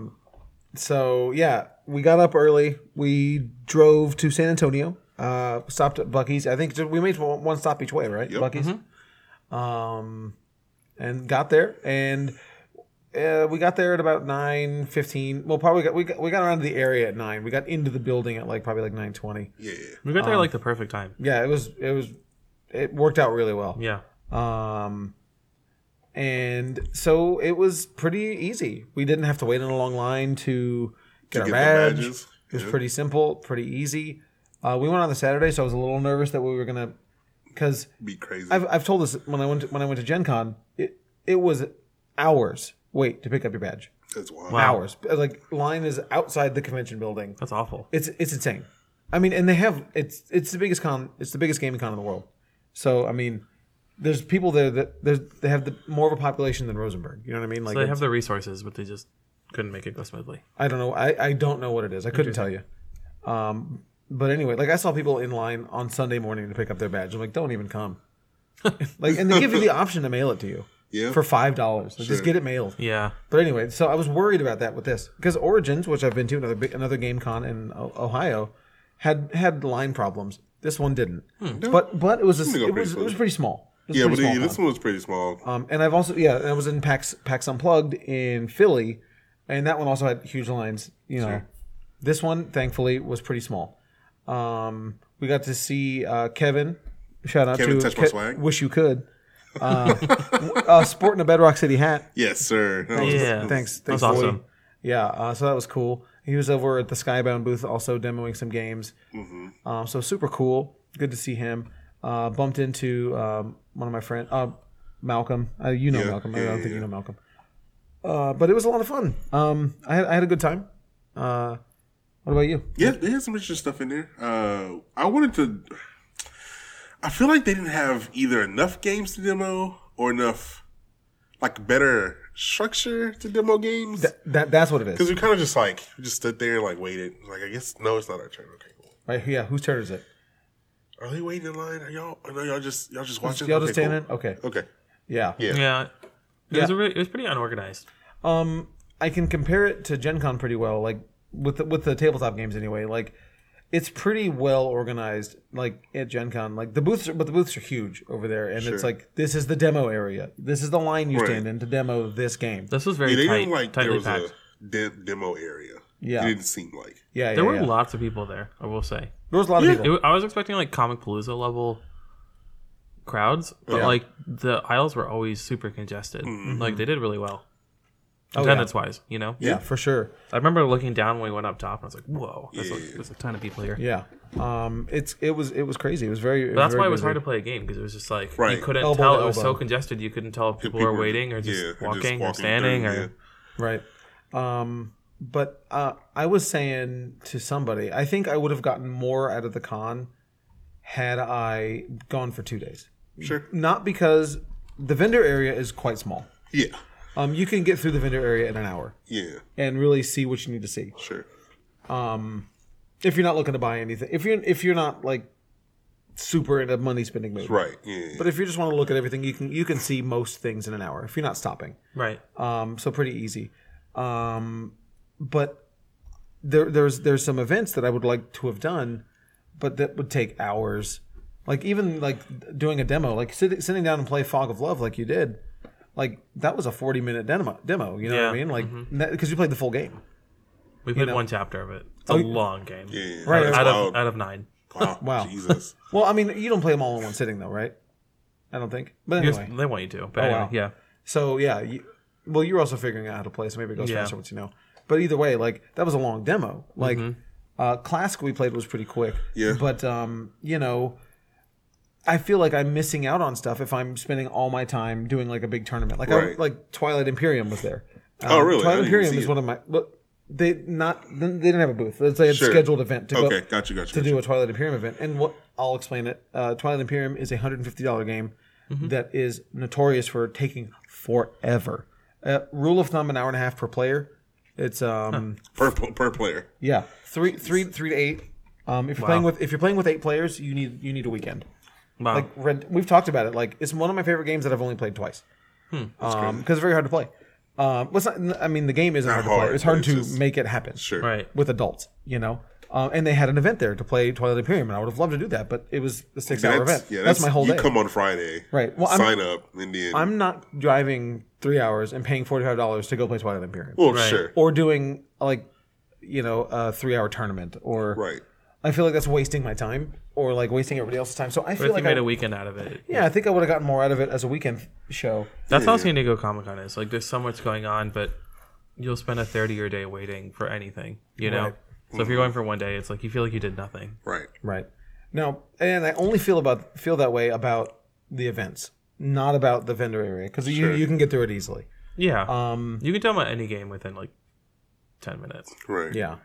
A: So yeah, we got up early. We drove to San Antonio. Uh, stopped at Bucky's. I think we made one one stop each way, right?
B: Yep. Mm-hmm.
A: Bucky's. Um, and got there, and uh, we got there at about nine fifteen. Well, probably got we got we got around to the area at nine. We got into the building at like probably like nine twenty.
B: yeah, yeah.
C: We got there like the perfect time.
A: Yeah, it was it was it worked out really well.
C: Yeah.
A: Um, and so it was pretty easy. We didn't have to wait in a long line to get
B: get
A: our
B: the
A: badge.
B: badges.
A: It was
B: Yeah.
A: pretty simple, pretty easy. Uh, we went on the Saturday, so I was a little nervous that we were gonna, because
B: Be crazy.
A: I've, I've told this when I went to, when I went to Gen Con, it it was hours wait to pick up your badge.
B: That's wild.
A: Hours, like line is outside the convention building.
C: That's awful.
A: It's it's insane. I mean, and they have it's it's the biggest con, it's the biggest gaming con in the world. So I mean, there's people there that there's they have the, more of a population than Rosenberg. You know what I mean? Like
C: They have
A: it's-
C: the resources, but they just couldn't make it go smoothly.
A: I don't know, I I don't know what it is. I couldn't tell you. Um, but anyway, like I saw people in line on Sunday morning to pick up their badge. I'm like, don't even come. like, and they give you the option to mail it to you.
B: Yeah.
A: For five dollars, like, just
B: Sure.
A: get it mailed.
C: Yeah.
A: But anyway, so I was worried about that with this because Origins, which I've been to another big, another game con in O- Ohio, had had line problems. This one didn't. But but it was a,
B: go
A: it
B: pretty
A: was it was
B: close.
A: pretty small. It was
B: yeah,
A: a
B: but
A: pretty
B: yeah,
A: small
B: this one was pretty small.
A: con. Um, and I've also yeah, and I was in PAX PAX Unplugged in Philly, and that one also had huge lines. You know, this one thankfully was pretty small. Um, we got to see uh, Kevin. Shout out
B: Kevin
A: to
B: Touch My Swag.
A: Wish you could. Uh, uh, sporting a Bedrock City hat.
B: yes, sir. That was-
C: Yeah.
A: Thanks.
C: That's
A: Thanks,
C: awesome.
A: Boyd. Yeah, uh, so that was cool. He was over at the Skybound booth also demoing some games.
B: Mm-hmm.
A: Um, so super cool. Good to see him. Uh, bumped into um, one of my friends, uh, Malcolm. Uh, you know
B: Yeah,
A: Malcolm. I
B: yeah,
A: don't
B: yeah,
A: think you
B: yeah.
A: know Malcolm. Uh, but it was a lot of fun. Um, I, had, I had a good time. Uh, what about you?
B: Yeah, they had some interesting stuff in there. Uh, I wanted to. I feel like they didn't have either enough games to demo or enough, like, better structure to demo games.
A: Th- that that's what it
B: Because
A: is.
B: we kind of just like we just stood there and like waited. Like I guess no, it's not our turn. Okay, cool.
A: Right? Yeah. Whose turn is it?
B: Are they waiting in line? Are y'all? Are y'all just y'all just watching?
A: Y'all
B: Okay,
A: just standing?
B: cool.
A: Okay.
B: Okay.
A: Yeah.
B: Yeah.
C: Yeah. It was
A: Yeah.
C: a really, it was pretty unorganized.
A: um I can compare it to Gen Con pretty well, like with the, with the tabletop games anyway. Like it's pretty well organized, like at Gen Con. Like the booths, are, but the booths are huge over there, and it's
B: Sure.
A: like this is the demo area. This is the line you
B: Right.
A: stand in to demo this game.
C: This was
B: Yeah,
C: very
B: they
C: tight,
B: didn't like there
C: tightly
B: was
C: packed.
B: a de- demo area.
A: Yeah.
B: It didn't seem like.
A: yeah, yeah,
C: there were
A: yeah.
C: lots of people there. I will say,
A: there was a lot of
C: It
A: people.
C: wa- I was expecting like Comic Palooza level crowds, but
A: Yeah.
C: like the aisles were always super congested.
B: Mm-hmm.
C: Like they did really well,
A: Oh, yeah.
C: attendance wise. You know,
A: yeah, for sure.
C: I remember looking down when we went up top, and I was like, "Whoa, there's, like,
B: Yeah.
C: there's a ton of people here."
A: Yeah, um, it's it was it was crazy. It was very.
C: But that's why it was hard to play a game because it was just like
B: Right.
C: you couldn't
A: Elbow
C: tell.
A: to
C: It was so
A: elbow.
C: congested you couldn't tell if people, were
B: were-
C: waiting or just
B: yeah, or just
C: walking or
B: walking
C: standing
B: through,
C: or
B: yeah.
A: Right. Um, but uh, I was saying to somebody, I think I would have gotten more out of the con had I gone for two days.
B: Sure.
A: Not because the vendor area is quite small.
B: Yeah.
A: Um, you can get through the vendor area in an hour
B: Yeah.
A: and really see what you need to see.
B: Sure.
A: If you're not looking to buy anything, if you're if you're not like super into money spending mode,
B: Right. Yeah.
A: But if you just want to look at everything, you can you can see most things in an hour if you're not stopping.
C: right.
A: um, so pretty easy. Um, but there, there's there's some events that I would like to have done, but that would take hours. Like even like doing a demo, like sit, sitting down and play Fog of Love, like you did, like that was a forty minute demo. Demo, you know what I
C: Yeah,
A: mean? Like because you played the full game,
C: We played one chapter of it. It's a long game.
B: yeah.
A: Right,
B: That's
A: right.
C: Out
B: wild.
C: of out of nine.
B: Wow.
A: Wow.
B: Jesus.
A: Well, I mean, you don't play them all in one sitting though, right? I don't think. But
C: Because
A: anyway, Oh,
C: They want you to, but anyway,
A: wow.
C: yeah.
A: So yeah, you, well, you're also figuring out how to play, so maybe it goes
C: Yeah.
A: faster once you know. But either way, like that was a long demo. Like uh, classic we played was pretty quick.
B: Yeah.
A: But um, you know, I feel like I'm missing out on stuff if I'm spending all my time doing like a big tournament. Like I,
B: Right.
A: like Twilight Imperium was there. Um,
B: Oh, really? I
A: Twilight
B: didn't even
A: Imperium
B: see
A: is
B: it.
A: one of my. Well, They not they didn't have a booth. Let's say it's
B: Sure.
A: a scheduled event to
B: Okay,
A: go
B: gotcha, gotcha,
A: to
B: gotcha.
A: do a Twilight Imperium event. And what I'll explain it. Uh, Twilight Imperium is a hundred and fifty dollar game
B: Mm-hmm.
A: that is notorious for taking forever. Uh, rule of thumb: an hour and a half per player. It's um
B: per per player.
A: yeah three three three to eight. Um, if you're playing with if you're playing with eight players, you need you need a weekend.
C: Wow.
A: Like rent, we've talked about it. Like it's one of my favorite games that I've only played twice.
B: Hmm,
A: Because it's very hard to play. Um, well, it's not, I mean, the game isn't hard, to
B: hard,
A: play. It's
B: but
A: hard
B: it's
A: to
B: just-
A: make it happen
B: Sure.
C: right.
A: with adults, you know. Um, and they had an event there to play Twilight Imperium, and I would have loved to do that, but it was a six-hour event.
B: yeah,
A: that's, my whole
B: you
A: day.
B: come on Friday.
A: Right. Well, I'm-
B: sign up and then
A: I'm not driving three hours and paying forty-five dollars to go play Twilight Imperium,
B: well, sure.
A: or doing like, you know, a three-hour tournament, or
B: Right.
A: I feel like that's wasting my time, or like wasting everybody else's time. So I
C: If
A: feel
C: you
A: like I,
C: made a weekend out of it.
A: yeah, I think I would have gotten more out of it as a weekend show.
C: That's how San Diego Comic Con is. Like, there's so much going on, but you'll spend a third of your day waiting for anything, you know?
A: Right.
C: So if you're going for one day, it's like you feel like you did nothing.
B: Right.
A: Right. Now, and I only feel about feel that way about the events, not about the vendor area, because you, you can get through it easily.
C: Yeah.
A: Um,
C: you can tell about any game within like 10 minutes.
B: Right.
A: yeah.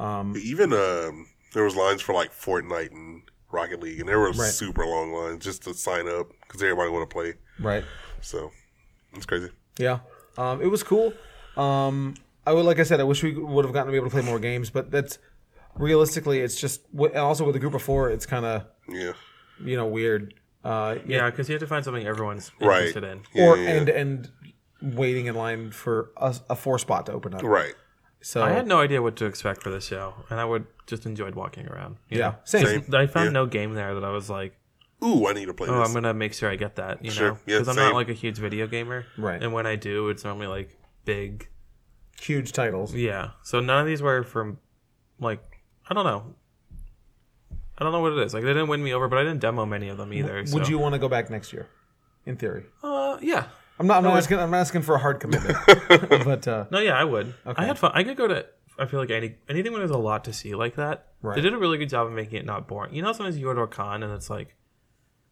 B: Even um, there was lines for like Fortnite and Rocket League, and there were super long lines just to sign up because everybody want to play.
A: Right.
B: So it's crazy.
A: Yeah. Um, it was cool. Um, I would, like I said, I wish we would have gotten to be able to play more games, but that's realistically, it's just wi- and also with a group of four, it's kind of
B: Yeah.
A: you know weird. Uh, yeah.
C: Yeah, because you have to find something everyone's
B: Right.
C: interested in.
B: Yeah,
A: or
B: yeah,
A: and and waiting in line for a, a four spot to open up.
B: Right.
A: So
C: I had no idea what to expect for the show, and I would just enjoyed walking around. you
A: yeah,
C: know?
A: same.
C: I found no game there that I was like,
B: Ooh, I need to play
C: oh,
B: this.
C: I'm gonna make sure I get that, you
B: Sure.
C: know,
B: Yeah,
C: because I'm
B: same.
C: not like a huge video gamer,
A: Right.
C: And when I do, it's normally like big,
A: Huge titles.
C: yeah. So none of these were from, like, I don't know, I don't know what it is. Like they didn't win me over, but I didn't demo many of them either. so.
A: Would you want to go back next year? In theory,
C: Uh, yeah.
A: I'm not. I'm not asking. I'm not asking for a hard commitment. but uh,
C: No, yeah, I would. I had fun. I could go to. I feel like any anything when there's a lot to see like that.
A: Right.
C: They did a really good job of making it not boring. You know, sometimes you go to a con and it's like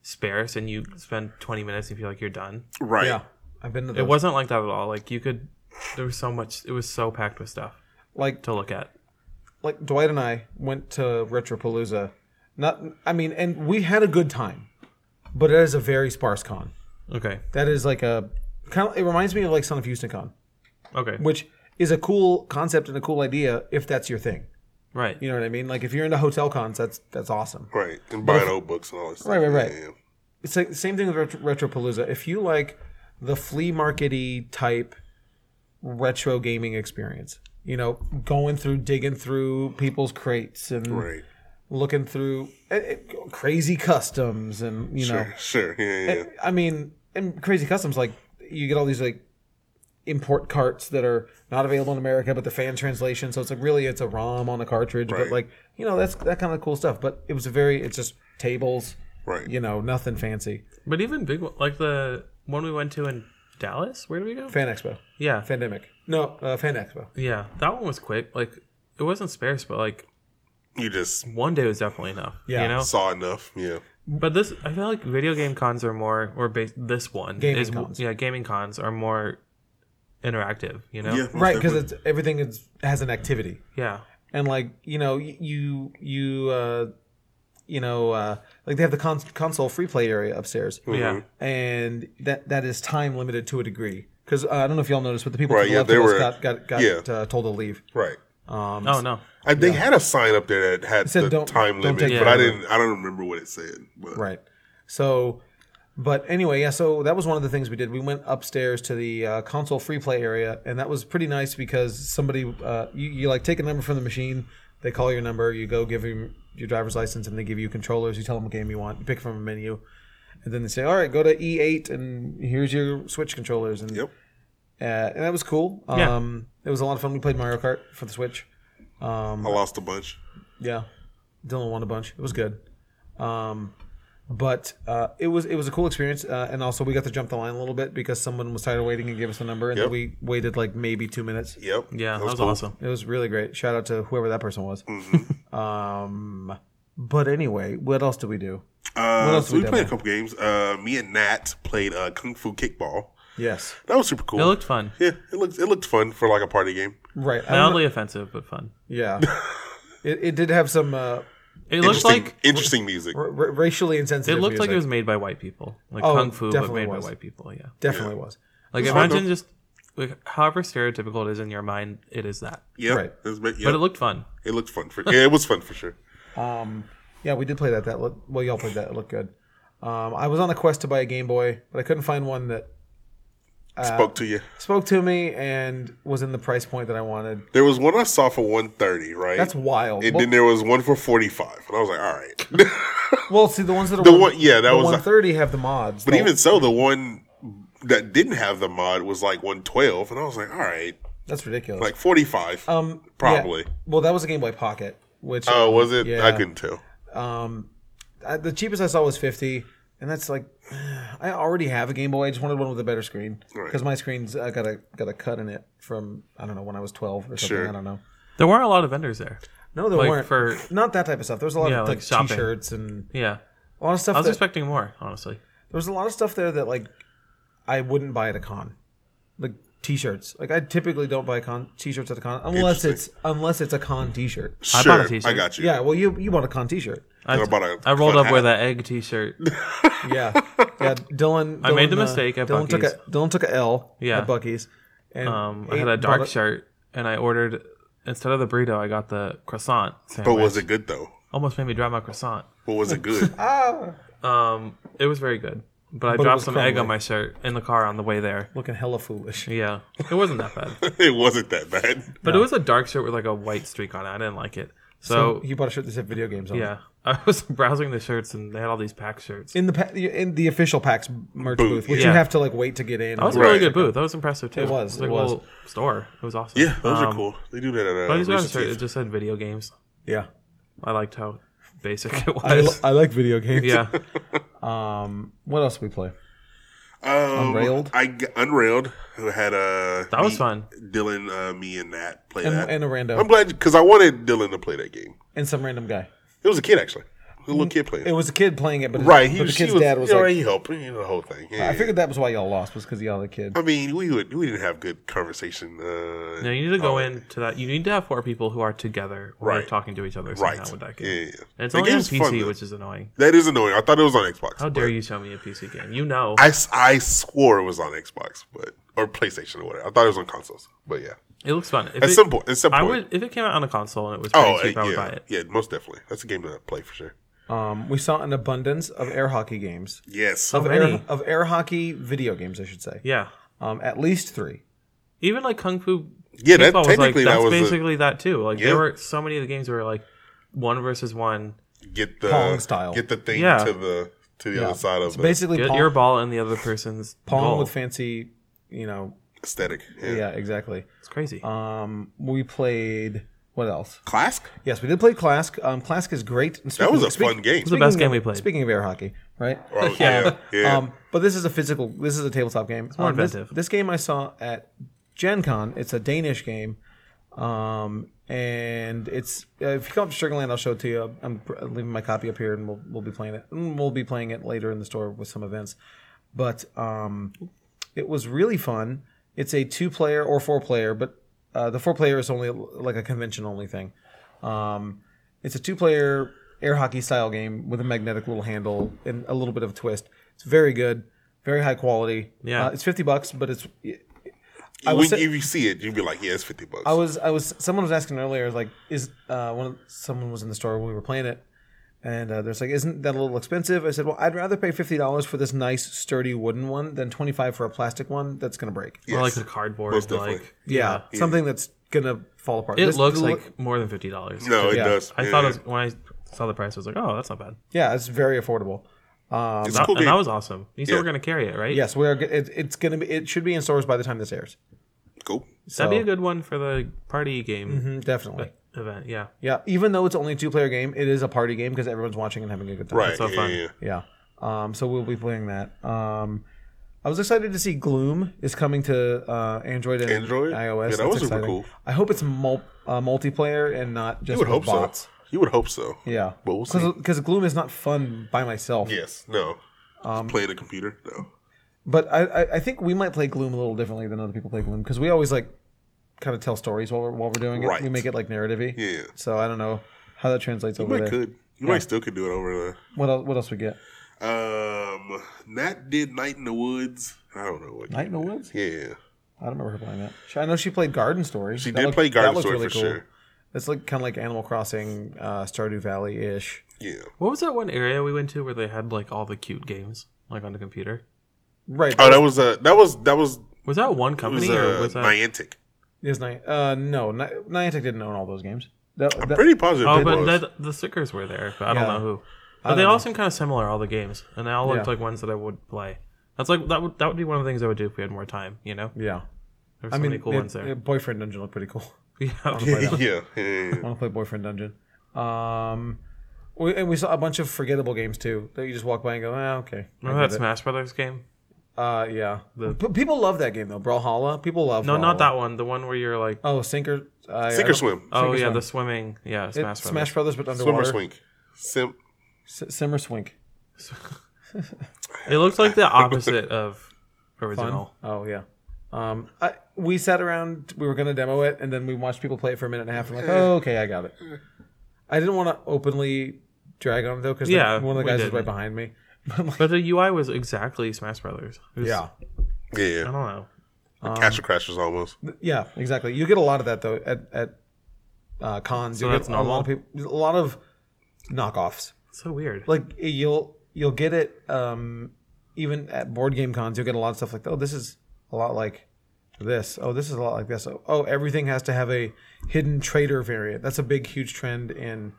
C: sparse, and you spend 20 minutes and you feel like you're done.
B: right.
A: yeah, I've been to those.
C: It wasn't like that at all. Like you could, there was so much. It was so packed with stuff
A: like
C: to look at.
A: like Dwight and I went to Retropalooza. Not, I mean, and we had a good time, but it is a very sparse con.
C: Okay.
A: That is like a kind of. It reminds me of like Son of Houston Con,
C: Okay.
A: which is a cool concept and a cool idea if that's your thing.
C: Right.
A: You know what I mean? Like if you're into hotel cons, that's that's awesome.
B: Right. And buying old books and all this.
A: Right,
B: stuff.
A: right, right.
B: Yeah, yeah.
A: It's like the same thing with Retro- Retropalooza. If you like the flea markety type retro gaming experience, you know, going through digging through people's crates and
B: Right.
A: looking through eh, eh, crazy customs and you know
B: Sure. Yeah. Yeah. yeah.
A: i mean and crazy customs like you get all these like import carts that are not available in america but the fan translation so it's like really it's a rom on a cartridge but
B: Right.
A: like you know that's that kind of cool stuff but it was a very it's just tables
B: Right.
A: you know nothing fancy
C: But even big one, like the one we went to in Dallas. Where did we go?
A: fan expo
C: yeah.
A: pandemic no uh, fan expo
C: yeah. That one was quick. Like it wasn't sparse, but like
B: You just
C: one day was definitely enough.
A: Yeah.
C: You know.
B: saw enough. Yeah.
C: But this, I feel like video game cons are more, or bas- this one
A: Gaming
C: is,
A: cons.
C: yeah, gaming cons are more interactive. You know,
B: Yeah. most
A: right because
B: definitely.
A: it's everything is, has an activity
C: yeah,
A: and like you know y- you you uh you know uh like they have the cons- console free play area upstairs
B: Oh,
C: yeah.
A: and that that is time limited to a degree because uh, i don't know if y'all noticed but the people to
B: Right,
A: the
B: yeah,
A: left
B: they
A: of us
B: were-
A: got got, got
B: yeah.
A: uh, told to leave
B: Right. Mm-hmm.
C: oh no,
B: I, they had a sign up there that had
A: said
B: the
A: don't-
B: time
A: don't
B: limit,
A: take
B: but I
A: forever.
B: didn't. I don't remember what it said. But
A: right so but anyway yeah so that was one of the things we did we went upstairs to the uh, console free play area and that was pretty nice because somebody uh, you, you like take a number from the machine they call your number you go give them your driver's license and they give you controllers you tell them what game you want you pick from a menu and then they say all right go to e8 and here's your switch controllers and
B: Yep.
A: uh, and that was cool
C: Yeah.
A: um, it was a lot of fun we played mario kart for the switch
B: I lost a bunch.
A: yeah, Dylan won a bunch. It was good, um, but uh, it was it was a cool experience. Uh, and also, we got to jump the line a little bit because someone was tired of waiting and gave us a number, and
B: Yep.
A: then we waited like maybe two minutes.
B: Yep.
C: yeah, that was,
B: cool.
C: awesome.
A: It was really great. Shout out to whoever that person was. Mm-hmm. um, but anyway, what else did we do?
B: Uh,
A: else
B: so
A: we
B: we played a
A: demo?
B: couple games. Uh, me and Nat played uh, Kung Fu Kickball.
A: Yes.
B: That was super cool.
C: It looked fun.
B: yeah, it looked it looked fun for like a party game.
A: Right. I don't know-
C: Mildly offensive, but fun.
A: yeah. it, it did have some uh,
C: It looked
B: interesting,
C: like
B: interesting music.
A: r- r- racially
C: it
A: insensitive.
C: looked like it was
A: music.
C: made by white people, like
A: Oh,
C: kung fu, but
A: definitely
C: made
A: was.
C: by white people. Yeah,
A: definitely was.
C: like
B: hard to-
C: imagine just like however stereotypical it is in your mind, it is that.
B: Yeah,
A: Right.
B: it, was, ba- yeah.
C: But it looked fun.
B: it looked fun for. Yeah, it was fun for sure.
A: Um, yeah, we did play that. That looked well. Y'all played that. It looked good. Um, I was on a quest to buy a Game Boy, but I couldn't find one that Uh,
B: Spoke to you.
A: spoke to me and was in the price point that I wanted.
B: There was one I saw for one thirty, right?
A: That's wild.
B: And
A: Well,
B: then there was one for forty five, and I was like, all right.
A: well, see the ones that are
B: The one- yeah, that was a-
A: one thirty have the mods.
B: But even so, the one that didn't have the mod was like one twelve, and I was like, all right,
A: that's ridiculous.
B: like forty five,
A: um, yeah.
B: probably.
A: Well, that was a Game Boy Pocket, which
B: Oh, was it?
A: yeah.
B: I couldn't tell.
A: Um, I, the cheapest I saw was fifty, and that's like I already have a Game Boy. I just wanted one with a better screen
B: Right.
A: because my screen's uh, got a got a cut in it from I don't know when I was twelve or something.
B: Sure.
A: I don't know.
C: There weren't a lot of vendors there.
A: No, there
C: Like,
A: weren't
C: for-
A: not that type of stuff. There was a lot
C: Yeah,
A: of
C: like
A: like,
C: shopping.
A: t-shirts and
C: Yeah,
A: a lot of stuff.
C: I was
A: that-
C: expecting more, honestly.
A: there was a lot of stuff there that like I wouldn't buy at a con, like t-shirts. Like I typically don't buy con t-shirts at a con unless it's
B: Interesting.
A: unless it's a con t-shirt.
C: I
B: sure,
C: bought a t-shirt.
B: I got you.
A: Yeah, well you you bought a con t-shirt.
C: I,
B: I bought a
C: I rolled
B: fun
C: up with
B: hat.
C: an egg T-shirt.
A: Yeah, yeah. Dylan,
C: I made
A: Dylan,
C: the
A: uh,
C: mistake at
A: Dylan took
C: Buc-ee's.
A: a Dylan took a L
C: Yeah.
A: at Bucky's. And
C: Um, I
A: ate-
C: had a
A: bought
C: dark shirt, and I ordered instead of the burrito, I got the croissant.
B: But
A: Oh,
C: Sandwich.
B: was it good though?
C: Almost made me drop my croissant.
B: But was it good?
A: Ah,
C: Um, it was very good, but I
A: But it
C: dropped
A: was
C: some egg
A: crumbly.
C: on my shirt in the car on the way there.
A: looking hella foolish.
C: Yeah, it wasn't that bad,
B: it wasn't that bad.
C: but it was a dark shirt with like a white streak on it. I didn't like it, so,
A: So he bought a shirt that said video games on. it.
C: yeah, I was browsing the shirts and they had all these pack shirts.
A: In the pa- in the official PAX merch
B: Booth,
A: booth, which you
C: yeah.
A: have to like wait to get in.
C: That was a really
B: Right.
C: good booth. That was impressive too.
A: It was,
C: like
A: it
C: a
A: was.
C: little store. It was awesome.
B: Yeah, those are
C: Um,
B: cool. They do that at
C: But
B: uh,
C: I just got a
B: Rooster
C: shirt. It
B: Teeth.
C: just said video games.
A: yeah.
C: I liked how basic it was.
A: I, I like video games.
C: yeah,
A: Um, what else did we play?
B: Um,
A: Unrailed?
B: I g- unrailed. Who had uh,
C: That was
B: me-
C: fun.
B: Dylan, uh, me, and Nat play
A: And,
B: that.
A: and a
B: I'm
A: rando
B: glad because I wanted Dylan to play that game.
A: and some random guy.
B: It was a kid actually, a little kid playing.
A: It was a kid playing it, but his-
B: right, he
A: but
B: was,
A: the kid's
B: he was,
A: dad was
B: you know,
A: like,
B: he helped you know, the whole thing. Yeah,
A: I
B: yeah.
A: figured that was why y'all lost was because y'all the kid.
B: I mean, we would we didn't have good conversation. Uh,
C: no, you need to go into that. You need to have four people who are together or
B: Right.
C: talking to each other somehow
B: right.
C: with that
B: Yeah,
C: game.
B: yeah, yeah.
C: And it's
B: The
C: only on
B: game's
C: PC,
B: fun, though.
C: which is annoying.
B: that is annoying. I thought it was on Xbox.
C: How
B: but
C: dare you show me a PC game? You know,
B: I, s- I swore it was on Xbox, but or PlayStation or whatever. I thought it was on consoles, but yeah.
C: it looks fun. If
B: At
C: it,
B: some point, at some
C: I
B: point.
C: would if it came out on a console and it was pretty
B: oh,
C: cheap,
B: uh,
C: I would
B: yeah,
C: buy it.
B: yeah, most definitely. That's a game that I play for sure.
A: Um, we saw an abundance of air hockey games,
B: Yes,
A: of
C: many.
A: air of air hockey video games, I should say.
C: Yeah,
A: Um, at least three.
C: even like Kung Fu.
B: Yeah, that-
C: Baseball was like
B: technically that
C: that's
B: was a-
C: basically that too. Like
B: Yeah.
C: there were so many of the games where like one versus one,
B: get the
A: Pong style.
B: get the thing
C: Yeah.
B: to the to the
A: Yeah.
B: other side of
A: It's
B: the
A: basically
C: get
A: pong,
C: your ball in the other person's
A: pong
C: goal.
A: with fancy, you know.
B: aesthetic. Yeah.
A: Yeah, exactly.
C: it's crazy.
A: Um, we played what else?
B: Clask.
A: Yes, we did play Clask. Um, Clask is great. And
B: That was
A: speaking-
B: a
A: speak-
B: fun game.
C: the best
A: speaking
C: game
A: of-
C: we played.
A: Speaking of air hockey, right?
B: Oh, yeah, yeah.
A: Um, but this is a physical. This is a tabletop game. It's
C: more
A: this,
C: inventive.
A: this game I saw at Gen Con. It's a Danish game, um, and it's uh, if you come up to Sugarland, I'll show it to you. I'm pr- leaving my copy up here, and we'll we'll be playing it. And we'll be playing it later in the store with some events, but um, it was really fun. It's a two player or four player, but uh, the four player is only like a convention only thing. Um, it's a two player air hockey style game with a magnetic little handle and a little bit of a twist. It's very good, very high quality.
C: Yeah.
A: Uh, it's fifty bucks, but it's. I
B: when
A: was, sa-
B: you you see it, you'd be like, "Yeah, it's fifty bucks."
A: I was I was someone was asking earlier like is uh, one of, someone was in the store when we were playing it and uh, there's like isn't that a little expensive? I said well I'd rather pay fifty dollars for this nice sturdy wooden one than twenty five for a plastic one that's gonna break.
C: or like
B: yes.
C: the cardboard,
B: Most definitely.
C: like
A: Yeah, something that's gonna fall apart.
C: it
A: This-
C: looks
A: the-
C: like more than fifty dollars.
B: no, it
A: yeah.
B: does.
C: I
B: Yeah,
C: thought it
B: yeah.
C: was, when I saw the price, I was like, oh, that's not bad.
A: yeah, it's very affordable. Um,
B: it's a
C: That-
B: cool
C: and
B: game.
C: that was awesome. You said
B: Yeah.
C: we're gonna carry it, right?
A: yes, we are. g- It, it's gonna be. It should be in stores by the time this airs.
B: cool.
A: So,
C: That'd be a good one for the party game
A: Mhm, definitely.
C: event. Yeah.
A: Yeah, even though it's only a two player game, it is a party game because everyone's watching and having a good time.
B: Right.
C: so
B: yeah,
C: fun.
B: yeah, yeah.
A: Yeah. Um, so we'll be playing that. Um, I was excited to see Gloom is coming to uh, Android and
B: Android?
A: iOS.
B: Yeah, that
A: That's
B: was super
A: exciting.
B: cool.
A: I hope it's mul- uh, multiplayer and not just
B: You would
A: with
B: hope
A: bots.
B: so. You would hope so.
A: Yeah,
B: But we'll see.
A: because Gloom is not fun by myself. Um,
B: Yes. No. Play the computer. No.
A: But I, I, I think we might play Gloom a little differently than other people play Gloom because we always like kind of tell stories while we're while we're doing it. We
B: Right.
A: make it like narrative-y.
B: Yeah.
A: So I don't know how that translates
B: You
A: over
B: might
A: there.
B: could. You might still could do it over
A: What else? What else we get?
B: the. Um, Nat did Night in the Woods. I don't know what.
A: Night in the Woods.
B: Yeah,
A: I don't remember her playing that. She, I know she played Garden Story.
B: she
A: That
B: did
A: looked-
B: play
A: that
B: Garden
A: looked
B: Story
A: really
B: for
A: cool.
B: sure.
A: It's like kind of like Animal Crossing, uh, Stardew Valley ish.
B: Yeah.
C: What was that one area we went to where they had like all the cute games like on the computer?
A: Right.
B: Oh, that was a that was that was
C: Was that one
B: it was
C: company or
B: uh,
C: was that?
B: Niantic.
A: Is Ni- uh, no, Ni- Niantic didn't own all those games. That,
B: I'm
A: that-
B: pretty positive.
C: Oh,
B: it
C: but
B: was.
C: that, the stickers were there, but I don't
A: Yeah.
C: know who.
A: I
C: But they
A: don't
C: all
A: know.
C: seem kind of similar, all the games, and they all looked
A: Yeah.
C: like ones that I would play. That's like that would that would be one of the things I would do if we had more time. You know,
A: yeah.
C: there's
A: I
C: so
A: mean,
C: many cool
A: the-
C: ones there.
A: the Boyfriend Dungeon looked pretty cool.
C: yeah,
B: yeah, yeah, yeah,
A: I
B: yeah.
A: want to play Boyfriend Dungeon. Um, we, and we saw a bunch of forgettable games too that you just walk by and go, ah, okay. I
C: remember that
A: get it."
C: Smash Brothers game?
A: Uh, yeah. But people love that game though. Brawlhalla. People love.
C: No, not
A: Brawlhalla.
C: that one. The one where you're like,
A: Oh, Sinker. Uh,
B: Sink or swim,
C: oh yeah,
A: Swim.
C: the swimming, yeah, Smash Brothers.
A: Smash Brothers, but
B: swim or
A: underwater.
B: swink, sim.
A: S- Simmer Swink.
C: It looks like the opposite of original.
A: Oh yeah. Um, I, we sat around. We were gonna demo it, and then we watched people play it for a minute and a half. I'm like, oh, okay, I got it. I didn't want to openly drag on it though, because
C: Yeah,
A: one of the
C: we
A: guys was right
C: didn't.
A: behind me. I'm like,
C: But the UI was exactly Smash Brothers. It was-
A: yeah,
C: I
B: Yeah,
C: don't know.
A: Um,
B: like Castle Crashers almost.
A: yeah, exactly. You get a lot of that though at at uh, cons. you
C: that's
A: get a lot of people, a lot of knockoffs.
C: It's so weird.
A: Like you'll you'll get it um, even at board game cons. You'll get a lot of stuff like, oh, this is a lot like this. Oh, this is a lot like this. Oh, oh everything has to have a hidden traitor variant. That's a big, huge trend in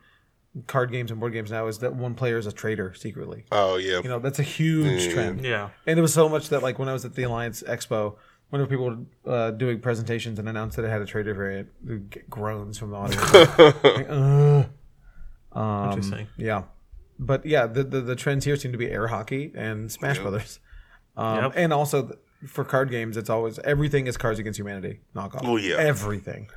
A: card games and board games now. Is that one player is a traitor secretly?
B: Oh yeah,
A: You know, that's a huge
B: Yeah.
A: trend.
C: yeah,
A: And it was so much that like when I was at the Alliance Expo, whenever people were uh, doing presentations and announced that it had a trader variant, we'd get groans from the audience. Like, "Ugh." Um,
C: interesting.
A: yeah, but yeah, the, the the trends here seem to be air hockey and Smash Brothers, um,
C: Yep.
A: and also th- for card games, it's always everything is Cards Against Humanity knockoff.
B: Oh, yeah.
A: everything.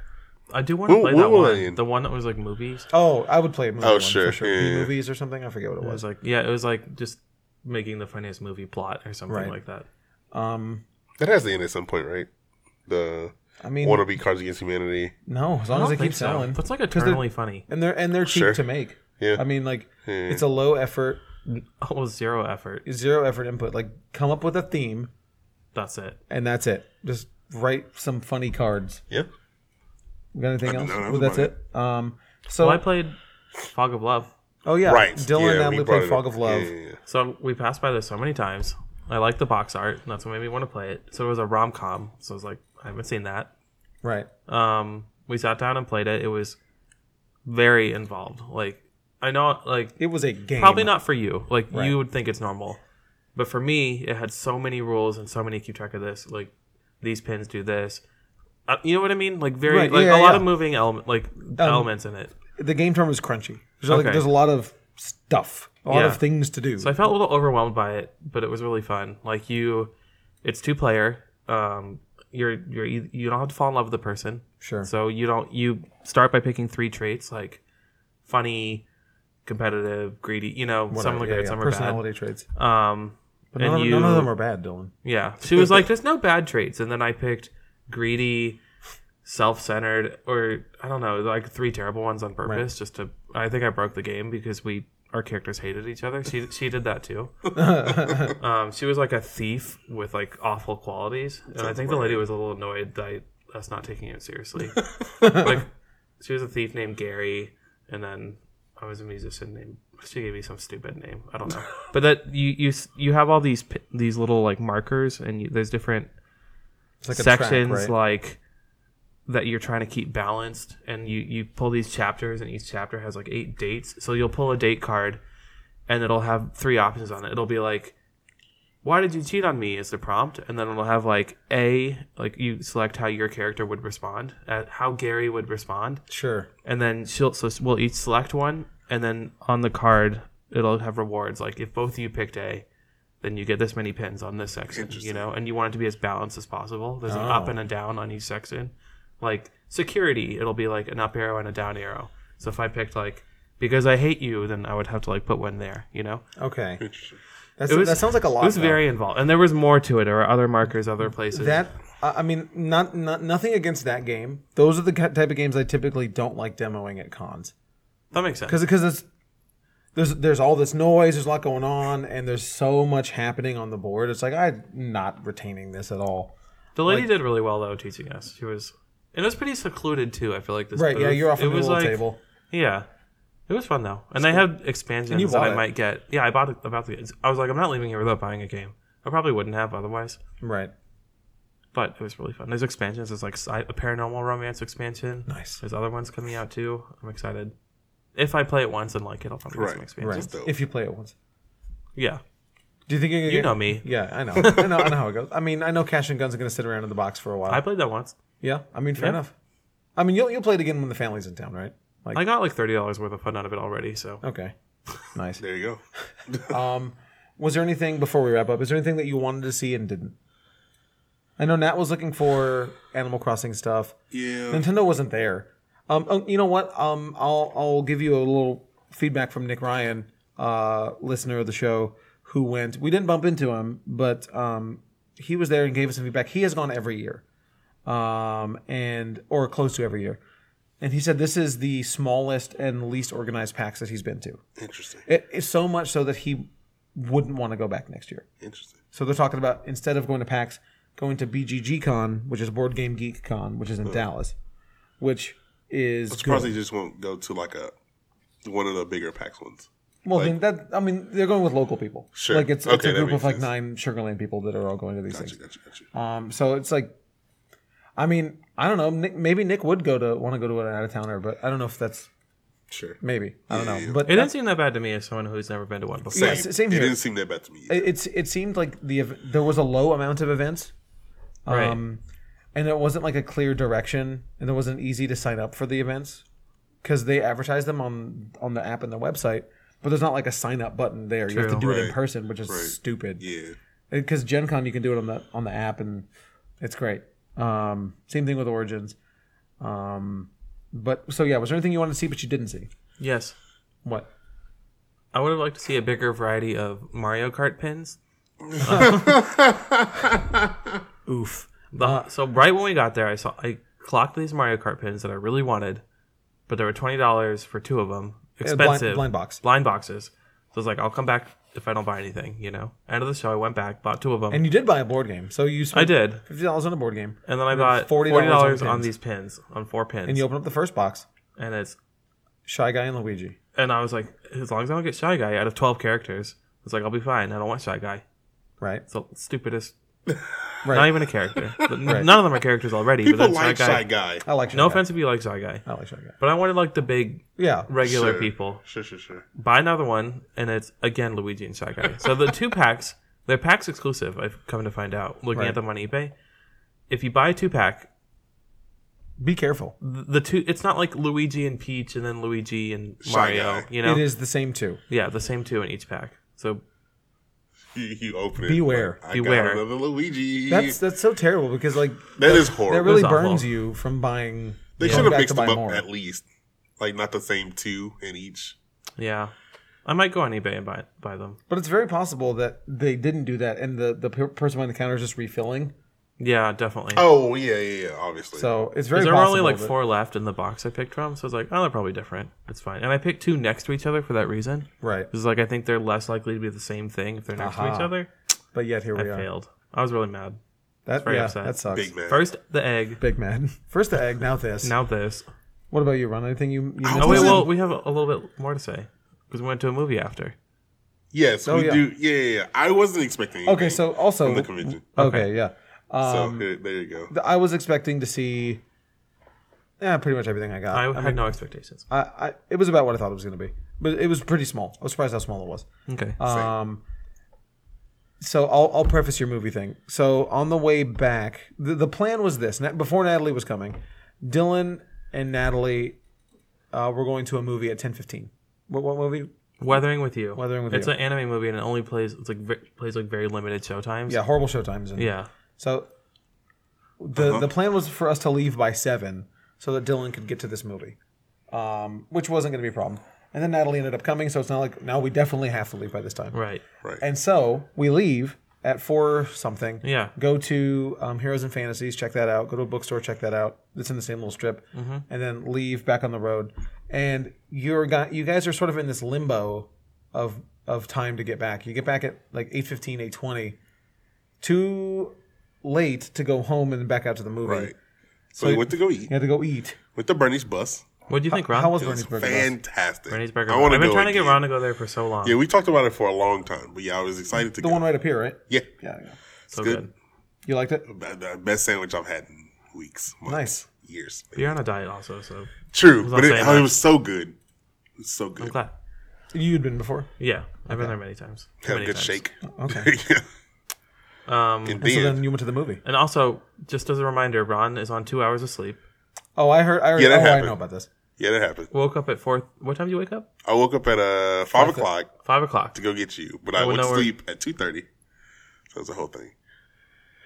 C: I do want to
B: What-
C: play
B: what
C: that
B: was
C: one.
B: it?
C: The one that was like movies.
A: Oh, I would play a movie.
B: Oh,
A: one
B: sure,
A: for sure.
B: yeah, yeah.
A: movies or something. I forget what it
C: It
A: was.
C: was like yeah, it was like just making the funniest movie plot or something
A: Right.
C: like that.
A: Um,
B: that has to end at some point, right? The
A: I mean,
B: wanna be Cards Against Humanity.
A: no, as long
C: I
A: as it
C: don't think
A: keeps
C: so.
A: selling,
C: That's like
A: they're-
C: eternally funny.
A: and they're and they're cheap
B: Sure.
A: to make.
B: Yeah.
A: I mean, like
B: Yeah.
A: it's a low effort.
C: Oh, zero effort.
A: zero effort input. Like come up with a theme
C: That's it.
A: and that's it. Just write some funny cards.
B: Yeah.
A: We got anything
B: I
A: else?
B: don't know.
A: Well, that's it. Um, so
C: Well, I played Fog of Love,
A: oh yeah,
B: Right.
A: Dylan
B: yeah,
A: and
B: we
A: Emily
B: brought
A: played
B: it
A: Fog
B: up.
A: of Love.
B: Yeah, yeah, yeah.
C: so we passed by this so many times. I like the box art. and That's what made me want to play it. So it was a rom com. So I was like, I haven't seen that.
A: Right.
C: um we sat down and played it it was very involved like i know like
A: It was a game.
C: probably not for you like
A: Right.
C: you would think it's normal but for me it had so many rules and so many keep track of this like these pins do this uh, you know what i mean like very
A: Right,
C: like
A: yeah,
C: a lot
A: yeah. Um,
C: of moving element like elements in it
A: The game term was crunchy. There's, like,
C: Okay.
A: there's a lot of stuff, a lot
C: Yeah.
A: of things to do.
C: So I felt a little overwhelmed by it, but it was really fun. Like you, it's two player. Um, you're you're you you don't have to fall in love with the person.
A: Sure.
C: So you don't you start by picking three traits like funny, competitive, greedy. You know, some are
A: Yeah,
C: good,
A: yeah,
C: some are
A: personality traits.
C: bad. Um,
A: But
C: and
A: none, of-
C: you,
A: none of them are bad, Dylan.
C: yeah. She was like, "There's no bad traits," and then I picked greedy, self-centered, or I don't know, like three terrible ones on purpose, just to. I think I broke the game because we our characters hated each other. She she did that too. um, she was like a thief with like awful qualities, and I think the lady was a little annoyed that I, us not taking it seriously. like she was a thief named Gary, and then I was a musician named. She gave me some stupid name. I don't know. But that you you s- you have all these pi- these little like markers, and you, there's different
A: It's like a track,
C: sections
A: right?
C: like that you're trying to keep balanced, and you you pull these chapters, and each chapter has like eight dates. So you'll pull a date card, and it'll have three options on it. It'll be like. Why did you cheat on me? Is the prompt, and then it'll have like a like you select how your character would respond, uh, how Gary would respond,
A: sure.
C: and then she'll so we'll each select one, and then on the card it'll have rewards. Like if both of you picked A, then you get this many pins on this section, you know, and you want it to be as balanced as possible. There's an
A: Oh.
C: up and a down on each section. Like security, it'll be like an up arrow and a down arrow. So if I picked like because I hate you, then I would have to like put one there, you know.
A: Okay.
B: Interesting.
A: That's,
C: It was-
A: that sounds like a lot.
C: It was
A: though.
C: very involved, and there was more to it. There were other markers, other places.
A: that. I I mean, not, not nothing against that game. Those are the ki- type of games I typically don't like demoing at cons
C: that makes sense.
A: because because it's there's there's all this noise, there's a lot going on, and there's so much happening on the board. It's like I'm not retaining this at all.
C: The lady did really well though teaching us. She was, and it was pretty secluded too. I feel like this.
A: Right? Yeah,
C: booth.
A: you're off
C: It
A: on the
C: was
A: little
C: like-
A: table.
C: Yeah, it was fun though, and they had expansions
A: you
C: that
A: bought
C: I
A: it.
C: might get. Yeah, I bought it about the. I was like, I'm not leaving here without buying a game. I probably wouldn't have otherwise,
A: Right.
C: but it was really fun. There's expansions. There's like sci- a paranormal romance expansion.
A: Nice.
C: There's other ones coming out too. I'm excited. If I play it once and like it, I'll probably get
B: Right.
C: some
A: Right.
C: expansions.
B: dope.
A: If you play it once.
C: Yeah,
A: Do you think you're gonna
C: you
A: get-
C: know me.
A: Yeah, I know. I know. I know how it goes. I mean, I know Cash and Guns are going to sit around in the box for a while.
C: I played that once.
A: yeah, I mean, fair
C: Yeah.
A: enough. I mean, you'll you'll play it again when the family's in town, right? Like,
C: I got like thirty dollars worth of fun out of it already. So
A: okay, nice.
B: There you go.
A: Was there anything before we wrap up? Is there anything that you wanted to see and didn't? I know Nat was looking for Animal Crossing stuff.
B: Yeah.
A: Nintendo wasn't there. Um, oh, you know what? Um, I'll I'll give you a little feedback from Nick Ryan, uh, listener of the show, who went. We didn't bump into him, but um, he was there and gave us some feedback. He has gone every year, um, and or close to every year, and he said this is the smallest and least organized packs that he's been to.
B: Interesting.
A: It, it's so much so that he wouldn't want to go back next year.
B: Interesting.
A: So they're talking about instead of going to PAX, going to BGG Con, which is Board Game Geek Con, which is in Dallas, which is
B: It's
A: good.
B: Hmm. probably just won't go to like a one of the bigger PAX ones.
A: well. then that I mean, they're going with local people.
B: Sure.
A: Like it's, it's
B: Okay,
A: a
B: that
A: group of
B: makes
A: like
B: sense.
A: nine Sugarland people that are all going to these
B: Gotcha,
A: things.
B: gotcha, gotcha.
A: Um, so it's like, I mean, I don't know. Nick, maybe Nick would go to want to go to an out of towner, but I don't know if that's
B: Sure.
A: maybe. I don't
B: Yeah.
A: know. But
C: it didn't seem that bad to me as someone who's never been to one before.
A: Yeah, s- same
B: It
A: here.
B: didn't seem that bad to me. either.
A: it's it seemed like the ev- there was a low amount of events
C: Right.
A: um, and it wasn't like a clear direction and it wasn't easy to sign up for the events because they advertise them on on the app and the website but there's not like a sign up button there you have to
C: True.
A: do it in
B: Right.
A: person which is stupid
B: Yeah.
A: because gen con you can do it on the on the app and it's great um, same thing with origins um, but so yeah was there anything you wanted to see but you didn't see
C: yes.
A: what
C: I would have liked to see a bigger variety of Mario Kart pins.
A: oof
C: The- so right when we got there, I saw I clocked these Mario Kart pins that I really wanted, but they were twenty dollars for two of them,
A: blind-
C: expensive
A: blind box.
C: blind boxes. So I was like, I'll come back if I don't buy anything, you know. End of the show, I went back, bought two of them.
A: and you did buy a board game so you spent
C: I did,
A: $50 on a board game
C: and then I bought forty
A: $40 on
C: dollars on,
A: pins.
C: these pins, on four pins,
A: and
C: and,
A: you open up the first box
C: it's
A: Shy Guy and Luigi.
C: and I was like, as long as I don't get Shy Guy out of twelve characters, I was like, I'll be fine. I don't want Shy Guy.
A: Right.
C: It's the stupidest. Not
A: Right.
C: even a character. But n- None of them are characters already.
B: People
C: but then
B: like
C: Shy Guy.
B: Shy Guy.
A: I like Shy
C: No
A: Guy.
C: offense if you like Shy Guy,
A: I like Shy Guy.
C: but I wanted like the big
A: Yeah.
C: regular
B: Sure.
C: people.
B: Sure, sure, sure.
C: Buy another one, and it's again Luigi and Shy Guy. so the two packs, they're packs exclusive. I've come to find out looking
A: Right.
C: at them on eBay. If you buy a two pack,
A: Be careful.
C: th- the two it's not like Luigi and Peach and then Luigi and
B: Shy
C: Mario.
B: Guy.
C: You know,
A: It is the same two.
C: yeah, the same two in each pack. So
B: You, you open it.
A: Beware.
B: like, I
C: Beware.
B: got another Luigi.
A: That's that's so terrible because like
B: that is
A: that
B: horrible.
A: really
C: It was awful.
A: burns you from buying.
B: they
A: going
B: should have
A: back to
B: mixed them
A: buy
B: up
A: more.
B: at least. Like not the same two in each.
C: yeah, I might go on eBay and buy buy them.
A: But it's very possible that they didn't do that, and the the per- person behind the counter is just refilling.
C: Yeah, definitely.
B: Oh yeah, yeah, yeah. Obviously.
A: So it's very.
C: there were
A: possible
C: only like
A: that-
C: four left in the box I picked from, so I was like, oh, they're probably different. It's fine. And I picked two next to each other for that reason.
A: Right.
C: Because like I think they're less likely to be the same thing if they're next to each
A: Aha.
C: other.
A: But yet here we
C: I
A: are.
C: failed. I was really mad.
A: That
C: very
A: yeah,
C: upset.
A: that sucks.
B: big
A: Big,
B: man.
C: First the egg,
A: man. First the egg, now this.
C: now this.
A: What about you, Ron? Anything you? you missed?
C: Oh wait,
B: Listen.
C: well we have a a little bit more to say because we went to a movie after.
B: Yes,
A: Oh,
B: we
A: yeah.
B: do. Yeah, yeah, yeah. I wasn't expecting.
A: okay.
B: anything
A: So also.
B: from the convention.
A: okay. Yeah. Um,
B: So here, there you go.
A: th- I was expecting to see. Yeah, pretty much everything I got.
C: I, had no expectations.
A: I, I it was about what I thought it was going to be, but it was pretty small. I was surprised how small it was.
C: Okay.
A: Um, so I'll I'll preface your movie thing. So on the way back, the, the plan was this: Na- before Natalie was coming, Dylan and Natalie uh, were going to a movie at ten fifteen. What what movie?
C: Weathering with you.
A: Weathering with
C: it's
A: You.
C: It's an anime movie and it only plays. It's like ve- plays like very limited showtimes.
A: Yeah, horrible showtimes. And,
C: Yeah.
A: So the the plan was for us to leave by seven so that Dylan could get to this movie, um, which wasn't going to be a problem. And then Natalie ended up coming, so it's not like now we definitely have to leave by this time.
C: Right.
B: Right.
A: And so we leave at four something.
C: Yeah.
A: Go to um, Heroes and Fantasies, check that out. Go to a bookstore, check that out. It's in the same little strip, and then leave back on the road. And you're got, you guys are sort of in this limbo of of time to get back. You get back at like 8.15, 8.20. Too late to go home and back out to the movie.
B: right. So, we went to go eat.
A: You had to go eat.
B: Went to Bernie's bus.
C: What do you think, Ron?
A: How was
B: It was
A: Bernie's Burger? Bus?
B: fantastic.
C: Bernie's Burger?
B: I want
C: I've
B: to
C: been
B: go
C: trying to get
B: again.
C: Ron to go there for so long.
B: Yeah, we talked about it for a long time, but yeah, I was excited to
A: The
B: go.
A: one right up here, right?
B: yeah,
A: Yeah. yeah.
C: so
B: good.
C: good.
A: You liked it?
B: the the best sandwich I've had in weeks, months,
A: Nice.
B: years.
C: But you're on a diet also, so
B: True,
C: not
B: but it,
C: saying
B: oh, it
C: that.
B: was so good. It was so
C: I'm
B: good.
C: glad.
A: You'd been before.
C: Yeah, I've been there many times. Too
B: Had a
C: many
B: good
C: times.
B: shake.
A: Okay.
B: yeah.
C: Um,
B: And
A: And so
B: then,
A: then you went to the movie.
C: and also, just as a reminder, Ron is on two hours of sleep.
A: Oh, I heard. I heard
B: Yeah,
A: oh,
B: that
A: I
B: happened.
A: know about this.
B: yeah, that happened.
C: Woke up at four. What time do you wake up?
B: I woke up at uh five o'clock
C: Five o'clock.
B: to go get you, but I
C: Oh,
B: went to
C: no, we're-
B: sleep at two thirty. So it's a whole thing.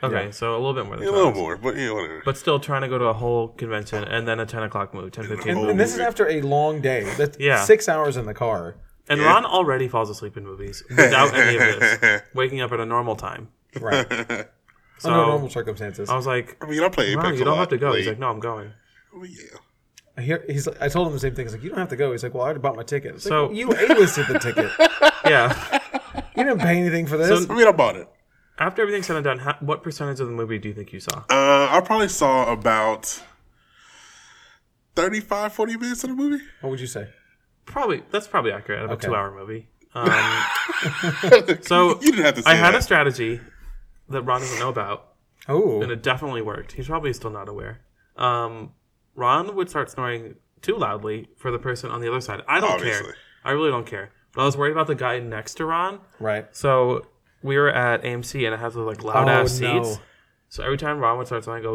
C: Okay, so a little bit more than
B: A
C: two
B: little
C: hours.
B: more, but yeah, whatever.
C: But still trying to go to a whole convention and then a ten o'clock move, ten fifteen.
B: Oh,
A: And,
C: move.
A: and this is after a long day. That's
C: Yeah.
A: six hours in the car.
C: And Ron already falls asleep in movies without any of this, waking up at a normal time.
A: Right.
C: So
A: Under normal circumstances.
C: I was like,
B: I mean, I play Apex.
C: Ron,
B: a
C: you don't
B: lot.
C: have to go. He's
B: Like,
C: like, no, I'm going.
B: oh, yeah.
A: I hear, he's. like- I told him the same thing. He's like, "You don't have to go." He's like, "Well, I already bought my ticket." It's
C: So-
A: like, you a-listed the ticket.
C: Yeah.
A: You didn't pay anything for this.
B: I mean, I bought it.
C: After everything's said and done, how, what percentage of the movie do you think you saw?
B: Uh, I probably saw about 35, 40 minutes of the movie.
A: what would you say?
C: Probably that's probably accurate. Of
A: Okay.
C: a two-hour movie. Um, so
B: You didn't have to say
C: I had
B: that.
C: a strategy that Ron doesn't know about, and
A: Oh,
C: it definitely worked. He's probably still not aware. Um, Ron would start snoring too loudly for the person on the other side. I don't
B: Obviously.
C: care. I really don't care. But I was worried about the guy next to Ron.
A: right.
C: So we were at AMC, and it has those like loud ass
A: Oh, no.
C: seats. So every time Ron would start snoring, I go,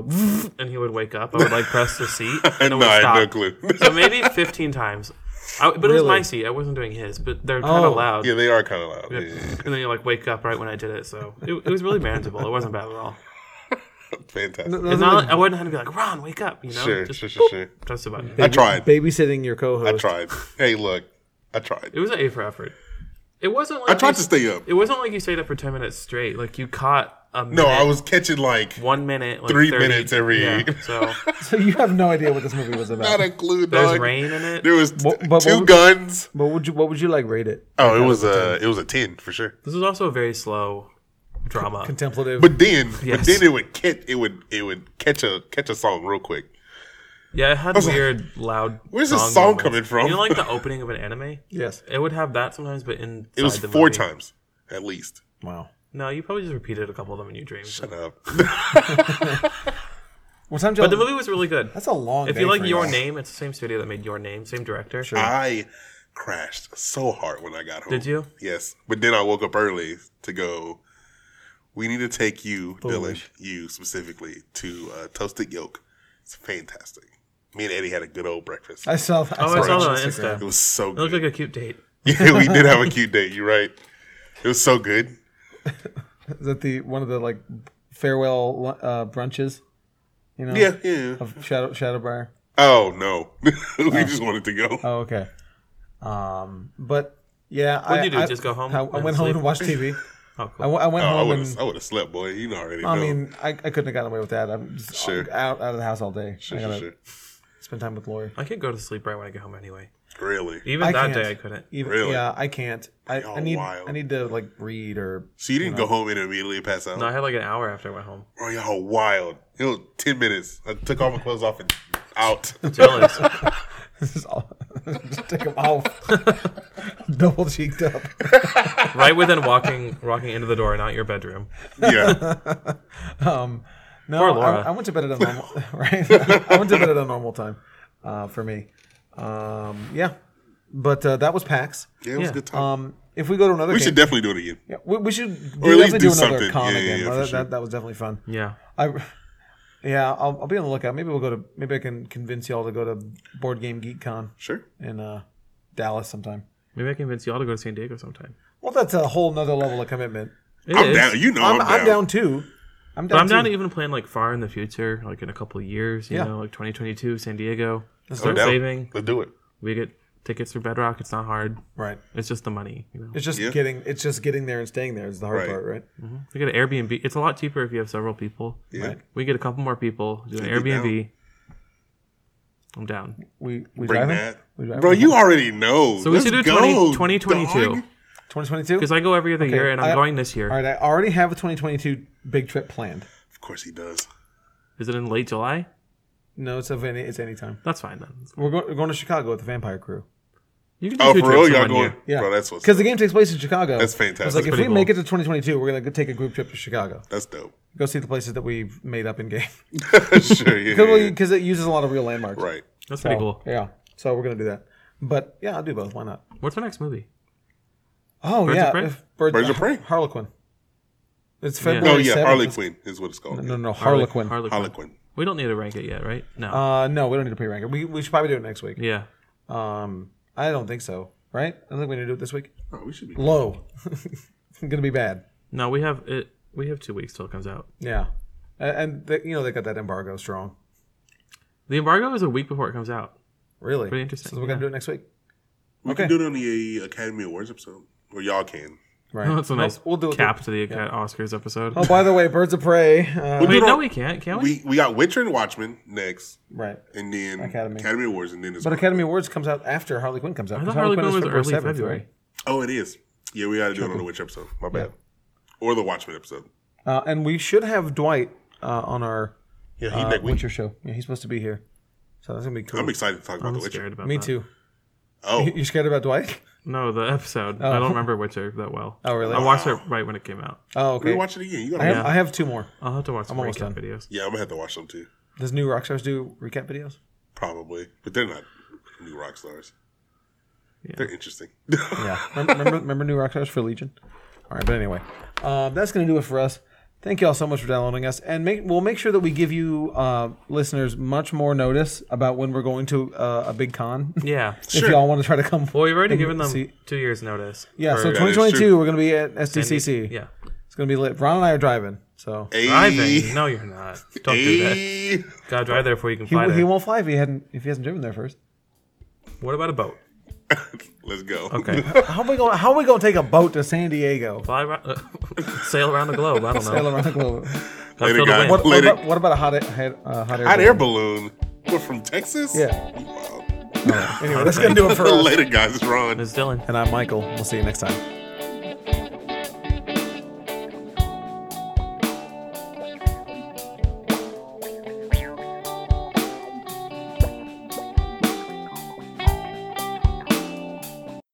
C: and he would wake up. I would like press the seat, and it
B: no,
C: would
B: I
C: stop.
B: had no clue.
C: So maybe 15 times. I, but it was my
A: Really?
C: seat. I wasn't doing his, but they're kind
A: Oh.
C: of loud.
B: yeah, they are kind of loud. Yeah.
C: And then you like wake up right when I did it. So it, it was really manageable. It wasn't bad at all.
B: Fantastic.
A: Those
C: It's
A: are
C: not,
A: the
C: like- I wouldn't have to be like, Ron, wake up. You know?
B: sure,
C: Just
B: sure, sure, sure.
C: press the button.
B: I tried.
A: babysitting your co-host.
B: I tried. Hey, look, I tried.
C: It was an A for effort. It wasn't like
B: I tried
C: you-
B: to stay up.
C: It wasn't like you stayed up for 10 minutes straight. Like you caught a minute.
B: No, I was catching like
C: One minute. Like
B: Three
C: 30.
B: minutes every-
C: Yeah, so
A: So you have no idea what this movie was
B: not
A: about.
B: a clue.
C: there's
B: Dog.
C: rain in it.
B: There was t-
A: What- but
B: two
A: what-
B: guns.
A: but would you? What would you like rate it?
B: Oh, it was a it was a ten for sure.
C: This is also a very slow drama.
A: Contemplative.
B: But then, but
C: Yes.
B: then it would catch it would it would catch a catch a song real quick.
C: Yeah, it had weird, loud.
B: Where's this song
C: moments.
B: coming from?
C: You know, like the opening of an anime.
A: yes.
C: It would have that sometimes, but in
B: It was
C: the
B: four
C: movie.
B: times at least.
A: Wow.
C: No, you probably just repeated a couple of them in your dreams.
B: Shut up.
A: What time?
C: But the movie was really good.
A: That's a long.
C: If
A: day
C: you like
A: for
C: Your
A: y'all.
C: Name, it's the same studio that made Your Name, same director.
B: I crashed so hard when I got home.
C: Did you?
B: Yes, but then I woke up early to go. We need to take you, Dylan, you specifically, to uh, Toasted Yolk. It's fantastic. Me and Eddie had a good old breakfast.
A: I saw. I
C: Oh, I saw
A: that
C: that
A: on
C: on
A: Instagram.
C: Insta.
B: It was so
C: It looked
B: good.
C: like a cute date.
B: yeah, we did have a cute date. You're right. It was so good.
A: Is that the one of the like farewell uh, brunches? You know.
B: Yeah, yeah.
A: Um, Of Shadow Shadowbriar.
B: Oh no, we just wanted to go.
A: Oh, okay. Um, but yeah, what I,
C: you do,
A: I-
C: just go home
A: I, I
C: and
A: went home
C: sleep?
A: and watched TV.
C: Oh,
A: I,
C: cool.
A: w- I went
B: Oh, I
A: home
B: would
A: um, and
B: have, I would have slept, boy. You already know.
A: I mean, I, I couldn't have gotten away with that. I'm just
B: Sure.
A: out out of the house all day. I gotta
B: Sure.
A: spend time with Lori.
C: I could go to sleep right when I get home anyway.
B: really.
C: Even
A: I
C: that
A: can't.
C: day, I couldn't.
A: Even,
B: Really?
A: Yeah, I can't. I, I
B: Y'all
A: need
B: wild.
A: I need to like read or
B: So you didn't go
A: Uh-huh.
B: home and immediately pass out.
C: No, I had like an hour after I went home.
B: Bro, y'all wild. It was 10 minutes. I took all my clothes off and out.
C: Jealous.
A: just all- just take them off. Double cheeked up.
C: right within walking walking into the door and out your bedroom.
B: yeah.
A: No,
C: Poor
A: I-
C: Laura.
A: I, went to bed at a normal right. I went to bed at a normal time uh, for me. Um, yeah, but uh, that was PAX.
B: Yeah, it was a good time.
A: Um, if we go to another,
B: we
A: game,
B: should definitely do it again.
A: yeah, we, we should
B: Or at least
A: definitely
B: do
A: do another
B: something.
A: con
B: Yeah, yeah,
A: again.
B: yeah, for
A: that,
B: sure.
A: that, that was definitely fun.
C: Yeah.
A: I, yeah, I'll, I'll be on the lookout. Maybe we'll go to. Maybe I can convince y'all to go to Board Game Geek Con
B: Sure.
A: in uh, Dallas sometime.
C: Maybe I can convince y'all to go to San Diego sometime.
A: Well, that's a whole nother level of commitment.
C: It
B: I'm
C: is.
B: down. You know
A: I'm,
B: I'm,
A: I'm, down too. I'm down.
C: But I'm down
A: too.
C: to even plan like far in the future, like in a couple of years, you
A: Yeah.
C: know, like 2022, San Diego.
B: I'm
C: Start
B: down.
C: saving.
B: Let's do it.
C: We get tickets through Bedrock. It's not hard.
A: Right.
C: It's just the money. You know,
A: It's just
B: Yeah.
A: getting it's just getting there and staying there is the hard
B: Right.
A: part, right?
C: you get an Airbnb. It's a lot cheaper if you have several people.
B: Yeah.
C: We get a couple more people. Do an
B: Should be
C: Airbnb. I'm down.
A: We we
B: Bring
A: driving?
B: that.
A: We driving?
B: Bro, you already know.
C: So we should do 20, 2022
A: 2022.
C: because I go every other year and I'm
A: I-
C: going this year.
A: All right, I already have a 2022 big trip planned.
B: Of course he does.
C: Is it in late July?
A: No, it's of any it's anytime.
C: That's fine then.
A: We're, go- we're going to Chicago with the Vampire Crew.
C: You can do
B: Oh,
C: two
B: for real?
C: trips in
B: Y'all
C: one
B: going?
C: year.
A: Yeah,
B: Bro, that's what's
A: because the game takes place in Chicago.
B: That's
A: I was
B: fantastic.
A: like, if
C: pretty
A: we make it
C: cool.
A: to 2022, we're gonna go take a group trip to Chicago.
B: That's dope.
A: Go see the places that we've made up in game
B: sure, yeah. yeah, yeah.
A: because it uses a lot of real landmarks.
B: Right.
C: That's
A: So,
C: pretty cool.
A: Yeah, so we're gonna do that. But yeah, I'll do both. Why not?
C: What's our next movie?
A: Oh
C: Birds
A: yeah,
C: of Prey?
A: if Birds,
B: Birds of Prey.
A: Harlequin. It's
B: Oh,
A: February.
B: yeah.
A: 7th.
B: Harley Quinn is what it's called.
A: No, no, no, Harlequin.
C: Harlequin.
B: Harlequin.
C: We don't need to rank it yet, right? No.
A: Uh, no, we don't need to pre-rank it. We, we should probably do it next week.
C: yeah.
A: Um, I don't think so. Right? I don't think we need to do it this week.
B: Oh, we should be.
A: Low. gonna be bad.
C: No, we have it. We have two weeks till it comes out.
A: Yeah, and, and they, you know they got that embargo strong.
C: The embargo is a week before it comes out.
A: Really,
C: Pretty interesting,
A: So we're gonna do it next week,
B: We
A: Okay.
B: can do it on the uh, Academy Awards episode. Or y'all can.
A: right?
C: That's a
A: Nope,
C: nice
A: We'll do it.
C: cap to the uh, Oscars episode.
A: Oh, by the way, Birds of Prey. Uh,
C: Wait,
B: Dude,
C: no,
B: I-
C: we can't. Can we?
B: We we got Witcher and Watchmen next,
A: right.
B: and then
A: Academy.
B: Academy, Awards, and then it's
A: But Academy Awards comes out after Harley Quinn comes out.
C: I
A: 'cause
C: thought Harley Quinn
A: is
C: was early
A: February 7th,
C: February.
B: oh, it is. Yeah, we got to do it on the Witcher episode. My bad, or the Watchmen episode.
A: right? Uh, and we should have Dwight uh, on our
B: Yeah, he
A: uh,
B: next week.
A: Witcher show. Yeah, he's supposed to be here, so that's gonna be cool.
B: I'm excited to talk about
C: I'm
B: the Witcher.
C: scared about
A: Me
C: that.
A: too.
B: Oh,
A: You scared about Dwight?
C: No, the episode. I don't remember Witcher that well.
A: Oh, really?
C: I watched it right when it came out.
A: Oh, okay.
B: rewatch it again. You gotta.
A: I have, I have two more.
C: I'll have to watch some
A: almost done.
C: recap videos.
B: yeah, I'm gonna have to watch them too,
A: Does new Rockstars do recap videos?
B: probably. But they're not new rock stars. They're interesting.
A: Yeah. Remem- remember, remember New Rockstars for Legion? All right, but anyway, um, that's going to do it for us. Thank you all so much for downloading us, and make, we'll make sure that we give you uh, listeners much more notice about when we're going to uh, a big con.
C: Yeah.
A: If y'all want to try to come,
C: Well, we've already
A: And
C: given them
A: see-
C: two years' notice.
A: yeah. So
C: for- uh,
B: true.
A: 2022, we're going to be at SDCC.
C: Yeah.
A: it's going to be lit. Ron and I are driving, so
B: Hey,
C: Driving? No, you're not. Don't do that.
B: hey.
C: Gotta drive there before you can
A: he,
C: fly
A: he
C: there.
A: won't fly if he hadn't if he hasn't driven there first.
C: What about a boat?
B: Let's go.
C: Okay.
A: How are we going? How are we going to take a boat to San Diego?
C: fly around, sail around the globe. I don't know.
A: Sail around the globe.
C: Gotta
B: Later,
C: feel the
B: guys.
C: wind.
A: What, what,
B: Later.
A: about, what about a hot, air- hot, uh, hot air?
B: Hot
A: balloon?
B: air balloon. We're from Texas.
A: Yeah.
B: Wow.
A: Anyway, that's going to do it for us.
B: Later, guys. It's Ron.
C: It's Dylan.
A: And I'm Michael. We'll see you next time.